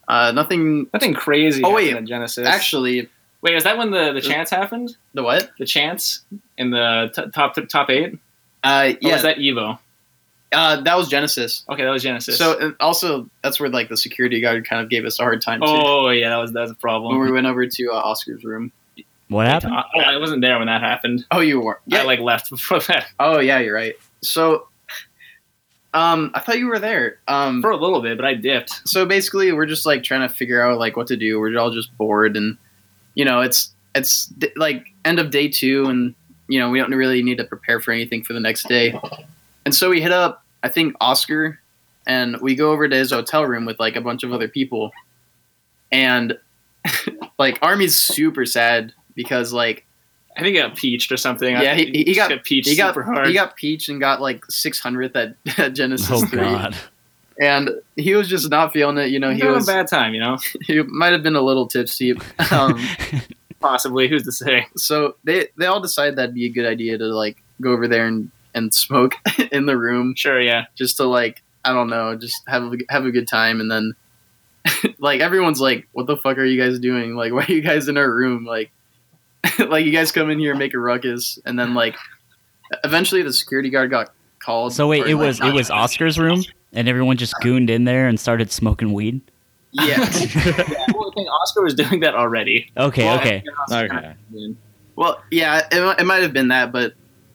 Uh, nothing.
Nothing crazy.
Oh,
Oh
wait.
wait, Genesis.
Actually, Uh,
wait, is that when the the chance happened?
the what?
The chance in the t- top top eight?
Uh,
Or
yeah,
was that Evo?
uh, that was Genesis.
Okay, that was Genesis.
So and also, that's where like the security guard kind of gave us a hard time too.
oh yeah, that was that was a problem.
When we went over to uh, Oscar's room.
what happened
I, I wasn't there when that happened.
Oh, you were.
I like left (laughs) before that
Oh yeah, you're right. So, um, I thought you were there. Um,
for a little bit, but I dipped.
so basically, we're just like trying to figure out like what to do. We're all just bored, and you know, it's it's d- like end of day two, and you know, we don't really need to prepare for anything for the next day. And so we hit up, I think Oscar, and we go over to his hotel room with like a bunch of other people, and (laughs) like Army's super sad because like
I think I got peached or something.
Yeah,
I,
he- he
just
got-
peached
he got
super hard.
he got peached and got like 600th at, (laughs) at Genesis
oh
three,
god
and he was just not feeling it. You know, he
Having
was
a bad time, you know.
he might have been a little tipsy. (laughs) Um,
Possibly, who's to say? (laughs)
so they they all decided that'd be a good idea to like go over there and and smoke (laughs) in the room
Sure, yeah.
just to like I don't know, just have a, have a good time and then (laughs) like everyone's like, what the fuck are you guys doing? Like, (laughs) why are you guys in our room? Like, (laughs) like you guys come in here and make a ruckus and then like eventually the security guard got called.
so wait
for,
it
like,
was it was oscar's room and everyone just gooned in there and started smoking weed
(laughs)
(laughs)
yeah.
well, I think Oscar was doing that already.
okay
Well,
(laughs)
(laughs)
okay
Okay.
Well, yeah, it, mi- it might have been that, but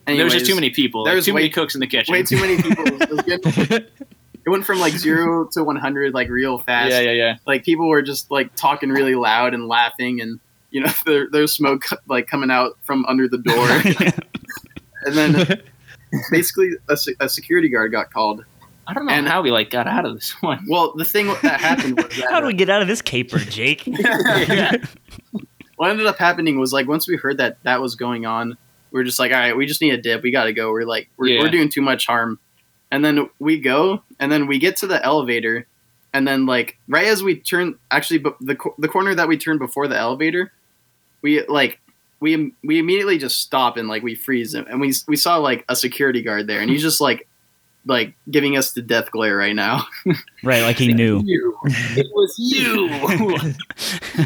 anyways,
there was just too many people.
there
There
was
was too
way-
many cooks in the kitchen.
way too
(laughs)
many people. It, was getting- it went from like zero to one hundred like real fast.
Yeah, yeah, yeah.
Like people were just like talking really loud and laughing, and you know (laughs) there, there's smoke like coming out from under
(laughs)
the door, and then basically a, se- a security guard got called.
I don't know
And-
how we like got out of this (laughs) one.
Well, the thing that happened was
(laughs)
that
how do we get out of this caper
(laughs)
jake
what ended up happening was like once we heard that that was going on, we are just like, all right, we just need a dip. We got to go. We're like, we're,
Yeah.
we're doing too much harm. And then we go, and then we get to the elevator, and then like right as we turn, actually, but the co- the corner that we turned before the elevator, we like. We, we immediately just stop and like we freeze and and we we saw like a security guard there and he's just like like giving us the death glare right now.
right like he knew
You. It (laughs) was you.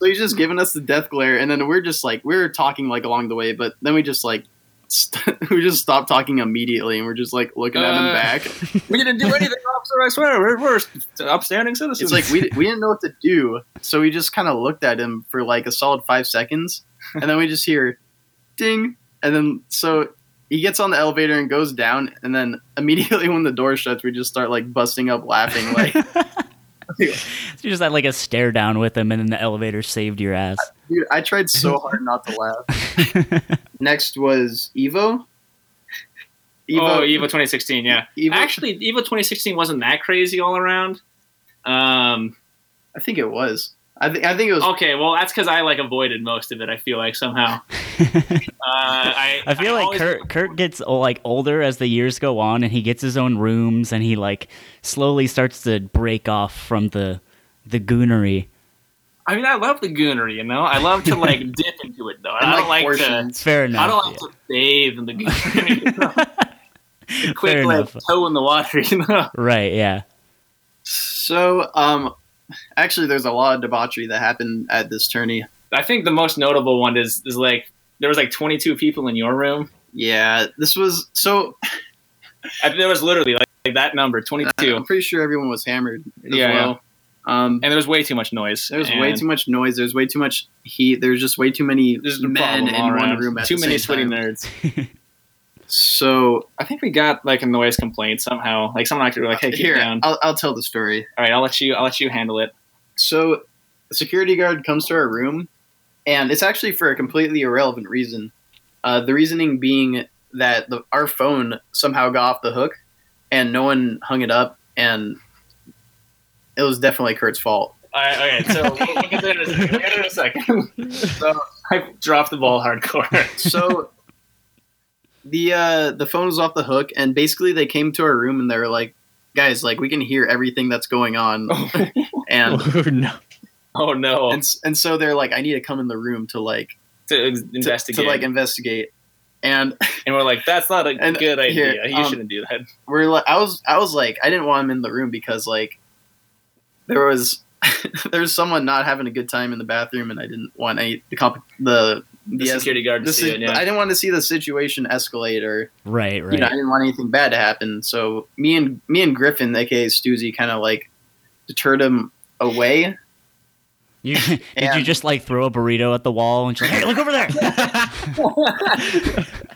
So he's just giving us the death glare, and then we're just like we're talking like along the way, but then we just like st- (laughs) we just stop talking immediately, and we're just like looking at him
Uh. (laughs)
back.
(laughs) we didn't do anything, officer. I swear, we're, we're upstanding
It's
citizens.
like we we didn't know what to do, so we just kind of looked at him for like a solid five seconds, and then we just hear ding, and then so he gets on the elevator and goes down, and then (laughs) immediately when the door shuts, we just start like busting up laughing, (laughs) like
you just had like a stare down with him and then the elevator saved your ass
Dude, I tried
(laughs)
so hard not to laugh. Next was Evo.
oh, Evo 2016, yeah.
Evo-
Actually, Evo 2016 wasn't that crazy all around. Um,
I think it was. I think I think it was.
okay, well, that's because I like avoided most of it. I feel
(laughs)
like somehow. Uh, I,
I feel like
always-
Kurt Kurt gets oh, like older as the years go on, and he gets his own rooms, and he like slowly starts to break off from the the goonery.
I mean, I love the goonery, you know. I
(laughs)
love to like dip into it though.
And,
I don't
like,
like, to.
portions.
Fair enough.
I don't like to bathe in the goonery.
(laughs)
you know? Quick
Fair
like
enough.
toe in the water, (laughs) you know.
Right? Yeah.
So, um, actually, there's a lot of debauchery that happened at this tourney.
I think the most notable one is is like there was like 22 people in your room.
Yeah, this was so.
I, there was literally like, like that number,
I'm
22,
pretty sure everyone was hammered. As
Yeah,
Well. Um,
and there was way too much noise.
there was way
and
too much noise. There's way too much heat. There's just way too many
This is the
men
problem
in
all
one
around.
room at
Too
the
many
same
sweaty
time.
nerds.
So
I think we got like a noise complaint somehow. Like someone actually like, "Hey, keep it
here,
down."
I'll, I'll tell the story.
All right, I'll let you. I'll let you handle it.
so a security guard comes to our room and it's actually for a completely irrelevant reason uh, the reasoning being that the, our phone somehow got off the hook, and no one hung it up, and it was definitely Kurt's fault.
All right, okay, so we'll, we'll get there in a second. We'll get there in a (laughs) second. So I dropped the ball hardcore.
So the uh, the phone was off the hook, and basically they came to our room and they were like, "Guys, like we can hear everything that's going on,"
(laughs)
(laughs)
and
Oh, no.
(laughs) Oh no!
and, s- and so they're like, "I need to come in the room to like
to ex-
to-
investigate,
to like investigate," and
and we're like, that's not a
And
good idea.
here,
you
um,
shouldn't do that.
we're like, I was, I was like, I didn't want him in the room because like, there was, (laughs) there was someone not having a good time in the bathroom, and I didn't want any the comp, the
The
yes,
security guard to
this
see
is,
it. Yeah.
I didn't want to see the situation escalate, or
Right, right.
you know, I didn't want anything bad to happen. So me and me and Griffin, aka Stuzy, kind of like deterred him away.
You, (laughs) did you
And-
just like throw a burrito at the wall and just like, "Hey, look over there?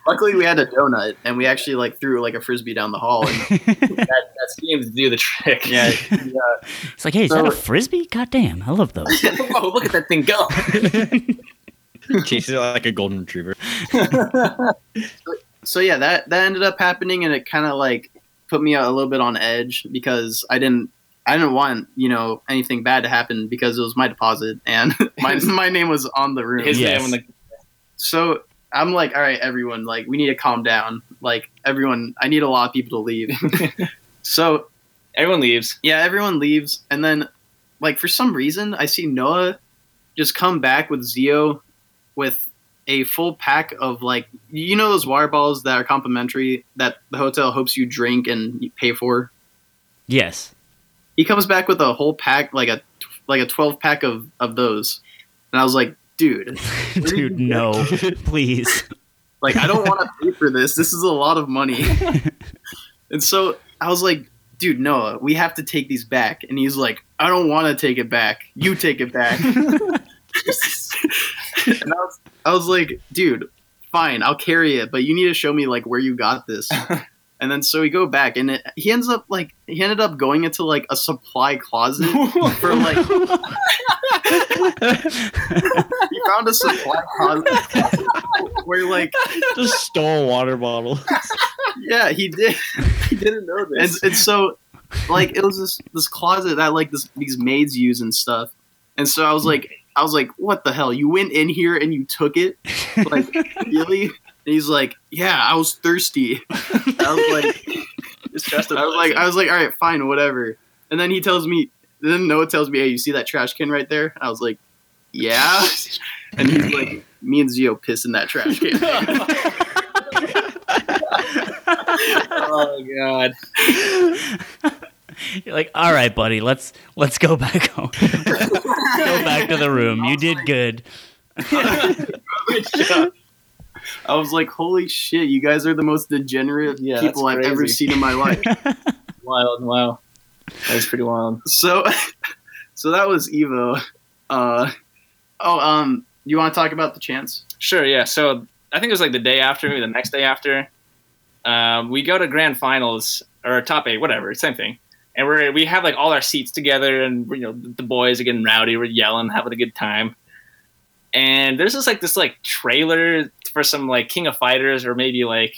Luckily, we had a donut, and we actually like threw like a frisbee down the hall. And,
that, that seems to do the trick.
(laughs)
yeah,
It's like, hey, is that a
So-
frisbee? God damn, I love those.
(laughs) Whoa! Look at that thing go.
Chases it like a golden retriever.
so yeah, that that ended up happening, and it kind of like put me a little bit on edge because I didn't I didn't want you know anything bad to happen because it was my deposit and (laughs) my my name was on the room.
His
Yes.
name on the
So I'm like, all right, everyone, like we need to calm down. Like everyone, I need a lot of people to leave. (laughs) so
everyone (laughs) leaves.
yeah, everyone leaves, and then like for some reason, I see Noah just come back with Zio with a full pack of like you know those water bottles that are complimentary that the hotel hopes you drink and you pay for.
yes. (laughs)
He comes back with a whole pack, like a like a twelve pack of of those, and I was like, dude,
Dude, no. (laughs) Please.
like I don't want to pay for this. This is a lot of money. and so I was like, dude, Noah, we have to take these back. And he's like, I don't want to take it back. You take it back. and I was, I was like, dude, fine, I'll carry it, but you need to show me like where you got this. And then so we go back, and it, he ends up like he ended up going into like a supply
(laughs)
closet
Oh,
for like (laughs) he found a supply closet (laughs) where like
(laughs) Just stole a water bottle.
yeah he did (laughs)
He didn't know
and, and so like it was this this closet that like this these maids use and stuff and so i was like i was like what the hell you went in here and you took it
(laughs)
like really and he's like yeah i was thirsty (laughs) i was like
It's just
i was like i was like all right fine whatever and then he tells me then noah tells me hey you see that trash can right there i was like
(laughs)
yeah and he's like me and zio piss in that
(laughs)
trash can
oh god.
You're like, all right, buddy, let's let's go back home. go back to the room. You did good.
I was like, holy shit, you guys are the most degenerate
Yeah, that's
people I've ever
crazy.
seen in my
(laughs)
life.
Wild. Wow. That was pretty wild.
so so that was Evo. Uh oh, um, you wanna talk about the chance?
Sure. Yeah. So I think it was like the day after, maybe the next day after. Um, we go to grand finals or top eight, whatever, same thing. And we're we have like all our seats together, and you know the boys are getting rowdy. We're yelling, having a good time. And there's just like this like trailer for some like King of Fighters or maybe like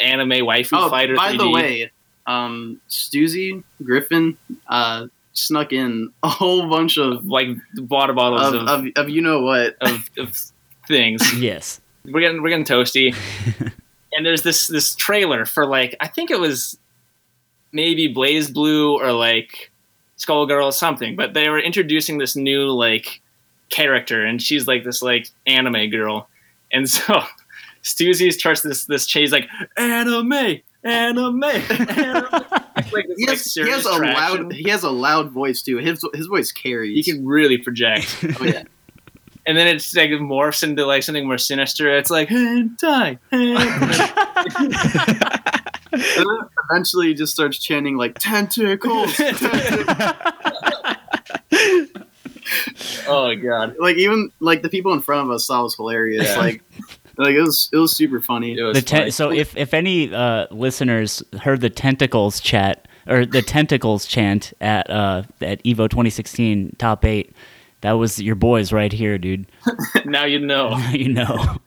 anime waifu
oh,
fighter.
by the
3D.
way, um Stuzy, Griffin, uh snuck in a whole bunch of
like water bottles
of,
of,
of, of you know what.
of, of things.
Yes.
We're getting we're getting toasty. and there's this this trailer for like I think it was maybe Blaze Blue or like Skullgirl or something, but they were introducing this new like character and she's like this like anime girl. And so (laughs) Stuzy starts this this chase like anime, anime, anime. like,
He has, he has a loud he has a loud voice too. His his voice
you
carries.
can really project. (laughs)
oh, yeah.
and then it's like morphs into like something more sinister. It's like hentai. hentai."
And then eventually he just starts chanting like
(laughs)
tentacles.
oh god,
like even like the people in front of us thought it was hilarious.
Yeah.
Like, like it was it was super funny.
it was
The ten-
funny.
so if if any uh, listeners heard the tentacles chat or the tentacles chant at uh, at Evo 2016 top eight, that was your boys right here, dude. (laughs)
Oh. now you know.
you know.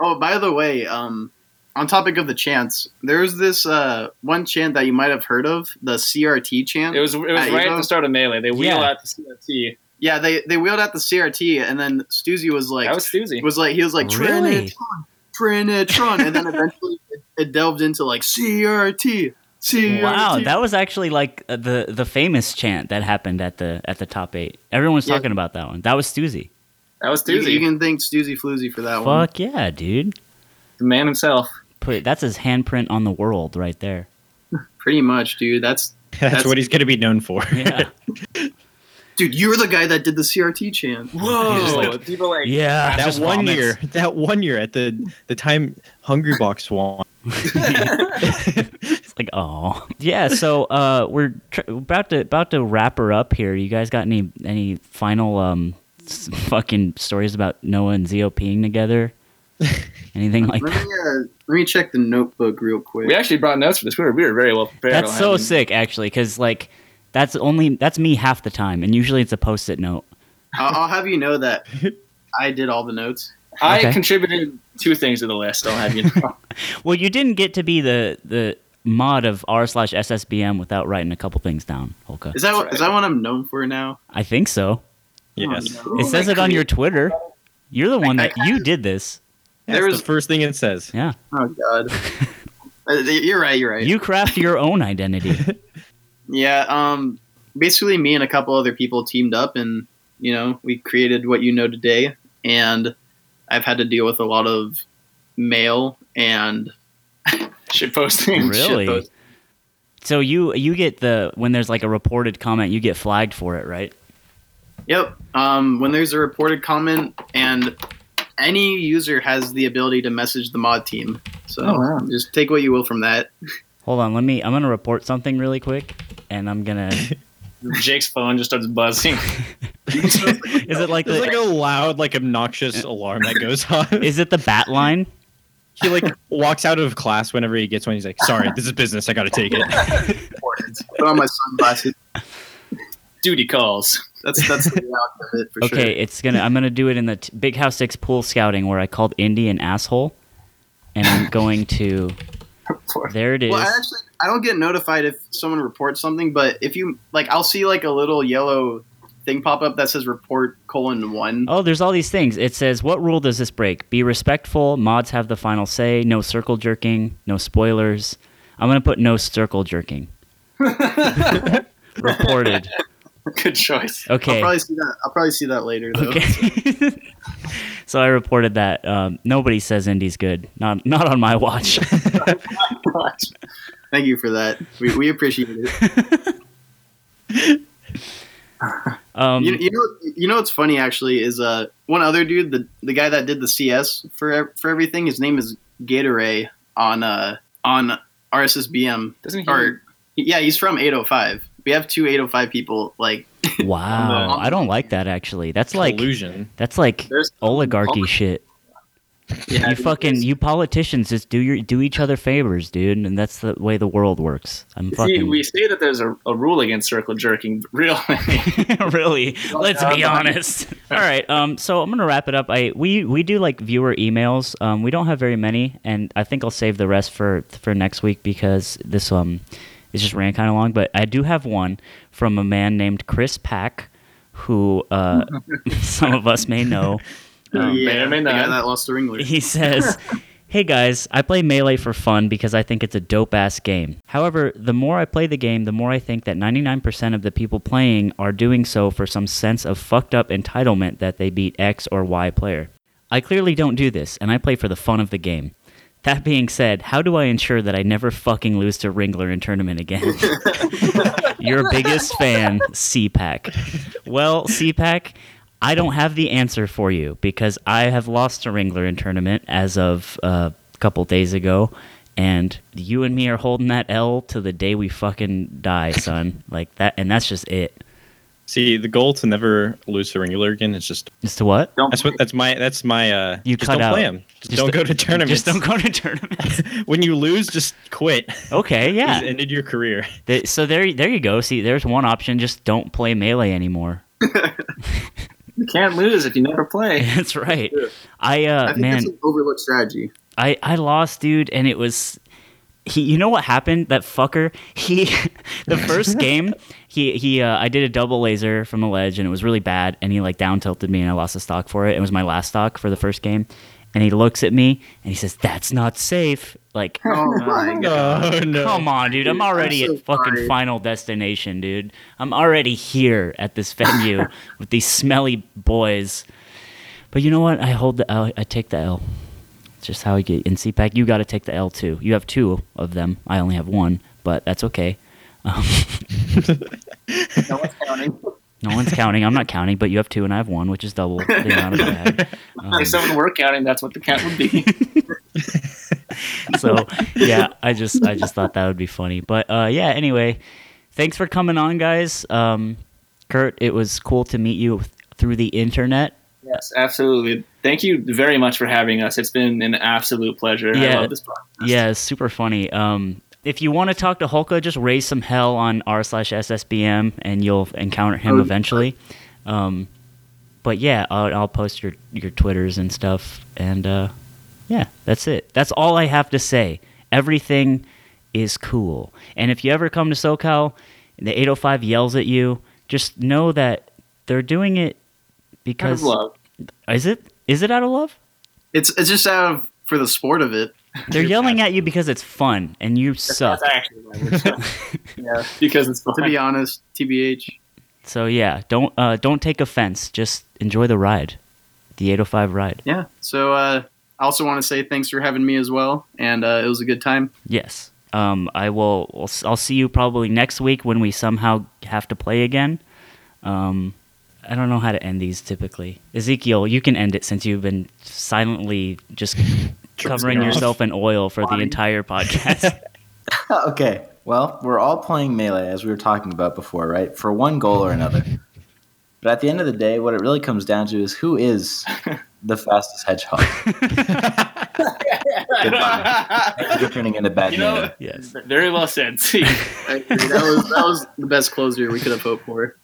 Oh, by the way, um, on topic of the chants, there's this uh, one chant that you might have heard of, the CRT chant.
It was it was
At
right
Evo?
at the start of melee. They wheel
Yeah.
out the CRT.
yeah, they they wheeled out the CRT, and then Stuzy was like,
that was Susie.
was like he was like
Really?
Trinitron, Trinitron, and then eventually (laughs) it, it delved into like CRT, CRT.
Wow, that was actually like uh, the the famous chant that happened at the at the top eight. Everyone's
Yeah.
talking about that one. That was Stuzy.
That was
you, you
Susie,
can thank Stuzy Floozy for that one.
Fuck yeah, dude!
the man himself.
Put that's his handprint on the world right there.
Pretty much, dude. That's
(laughs) That's,
That's-
what he's going to be known for. (laughs)
Yeah,
dude. You're the guy that did the CRT chant.
(laughs) Whoa!
He's like-
people like
yeah.
that
Just
one
vomits.
year, that one year at the the time Hungry Box won.
It's like oh yeah. So uh, we're tr- about to about to wrap her up here. You guys got any any final um s- fucking stories about Noah and Zio peeing together? Anything like
Let
that?
me uh, let me check the notebook real quick.
we actually brought notes for this. We were we were very well prepared.
That's
on
so
having-
sick, actually, because like that's only that's me half the time, and usually it's a post-it note.
I'll, I'll have you
(laughs)
know that I did all the notes.
I
Okay.
contributed two things to the list. I'll have you
(laughs)
know. (laughs)
Well, you didn't get to be the the mod of r slash ssbm without writing a couple things down, Holka.
Is that
That's
what-
right.
is that what I'm known for now?
I think so.
Yes.
Oh, no.
it says it on your Twitter. You're the one that you did this.
That's
There was-
the first thing it says.
Yeah, (laughs)
Oh God. Uh, you're right. You're right.
you craft your own identity.
Yeah, um basically me and a couple other people teamed up and you know, we created what you know today and I've had to deal with a lot of mail and (laughs)
Shit posting.
Really?
Shitposting.
So you you get the when there's like a reported comment, you get flagged for it, right?
yep, um when there's a reported comment and any user has the ability to message the mod team. So
Oh, wow.
just take what you will from that.
Hold on, let me. I'm gonna report something really quick, and I'm gonna. (laughs)
Jake's phone just starts buzzing.
Is it
(laughs)
like
There's
the?
like a loud, like obnoxious alarm that goes (laughs) on.
is it the bat line?
he (laughs) like walks out of class whenever he gets one. He's like, "Sorry, this is business. I got to take it."
Put on my sunglasses.
Duty calls.
That's that's the reality of it (laughs) for
Okay,
sure.
it's gonna. I'm gonna do it in the t- Big House Six pool scouting where I called Indy an asshole, and I'm going
(laughs)
to. There it is.
Well, I actually I don't get notified if someone reports something, but if you like, I'll see like a little yellow thing pop up that says report colon (laughs) one.
Oh, there's all these things. It says, "What rule does this break? Be respectful. Mods have the final say. No circle jerking. No spoilers." I'm gonna put no circle jerking. Reported.
Good choice.
I'll
Okay.
probably see that. I'll probably see that later.
(laughs)
Though.
Okay. (laughs) so I reported that. Um, nobody says Indy's good. Not not on my watch.
(laughs) Thank you for that. We, we appreciate it.
Um,
You, you know you know what's funny actually is uh one other dude the the guy that did the CS for ev- for everything his name is Gatoray on uh on RSSBM
Doesn't he?
or yeah he's from 805. We have two 805 people like
wow.
No.
I don't like that actually. That's like
Collusion.
that's like
there's
oligarchy shit. you
Yeah, it
Oh, fucking
is.
you politicians just do your do each other favors, dude, and that's the way the world works. I'm
See,
fucking
we say that there's a, a rule against circle jerking, (laughs) but really,
(laughs) really. Let's be honest. All right. Um. So I'm gonna wrap it up. I we we do like viewer emails. Um. We don't have very many, and I think I'll save the rest for for next week because this um, it just ran kind of long. But I do have one from a man named Chris Pack, who uh, some of us may know. Um,
yeah,
may or may
the guy
not.
that lost the ringler.
he says, Hey guys, I play Melee for fun because I think it's a dope ass game. However, the more I play the game, the more I think that 99% of the people playing are doing so for some sense of fucked up entitlement that they beat X or Y player. I clearly don't do this, and I play for the fun of the game. That being said, how do I ensure that I never fucking lose to Ringler in tournament again? Your biggest fan, CPAC. Well, CPAC, I don't have the answer for you because I have lost a Ringler in tournament as of uh, a couple days ago, and you and me are holding that L to the day we fucking die, son.
(laughs)
like that, and that's just it.
See, the goal to never lose to Ringler again is just
As to what?
don't.
that's what that's my that's my uh.
You
just
cut
don't
out.
play him. (laughs) Just,
Just
don't
don't-
go to tournaments.
Just don't go to
(laughs)
tournaments.
when you lose, just quit.
okay, yeah.
Just ended your career.
Th- so there, there you go. See, there's one option. Just don't play melee anymore. (laughs)
you can't lose if you never play.
That's right. I
I
uh,
think
man,
(laughs)
that's an overlooked strategy.
I I lost, dude, and it was he. You know what happened? That fucker. He (laughs) the first game he he uh, I did a double laser from a ledge and it was really bad, and he like down tilted me and I lost a stock for it. It was my last stock for the first game, and he looks at me and he says, "That's not safe." Like,
Oh my god.
(laughs) Oh no.
come on, dude. I'm
Dude, I'm
already
so
at fucking
sorry.
Final Destination, dude. I'm already here at this venue with these smelly boys. But you know what? I hold the L. I take the L. It's just how I get in CPAC. You got to take the L too. You have two of them. I only have one, but that's okay. Um,
No one's counting.
no one's counting. I'm not counting, but you have two and I have one, which is double the amount of I had. Um,
If someone were counting, that's what the count
(laughs)
would be.
so yeah i just i just thought that would be funny but uh yeah anyway thanks for coming on guys um kurt it was cool to meet you through the internet
yes.
Absolutely. Thank you very much for having us. It's been an absolute pleasure.
Yeah.
I love this podcast.
yeah it's super funny um if you want to talk to Holka, just raise some hell on r slash ssbm and you'll encounter him
Oh, yeah.
eventually um but yeah I'll, I'll post your your twitters and stuff and uh yeah that's it that's all i have to say everything is cool and if you ever come to socal and the 805 yells at you just know that they're doing it
Out of
because
love.
is it is it out of
(laughs)
love
It's it's just out of for the sport of it.
they're yelling at you because it's fun and you suck
That's actually language. yeah, because it's
To
fine.
be honest, TBH.
so yeah don't uh, don't take offense just enjoy the ride the 805 ride
Yeah. So uh, I also want to say thanks for having me as well, and uh, it was a good time.
Yes. Um, I will. I'll s- I'll see you probably next week when we somehow have to play again. Um, I don't know how to end these typically. Ezekiel, you can end it since you've been silently just covering
off.
yourself in oil for the entire podcast.
(laughs) okay. Well, we're all playing melee as we were talking about before, right? For one goal or another. But at the end of the day, what it really comes down to is who is the fastest hedgehog.
(laughs)
Goodbye. Thank you for turning into bad
You know-
melee.
yes.
Very well said. (laughs) See,
I agree. That was that was the best closer we could have hoped for.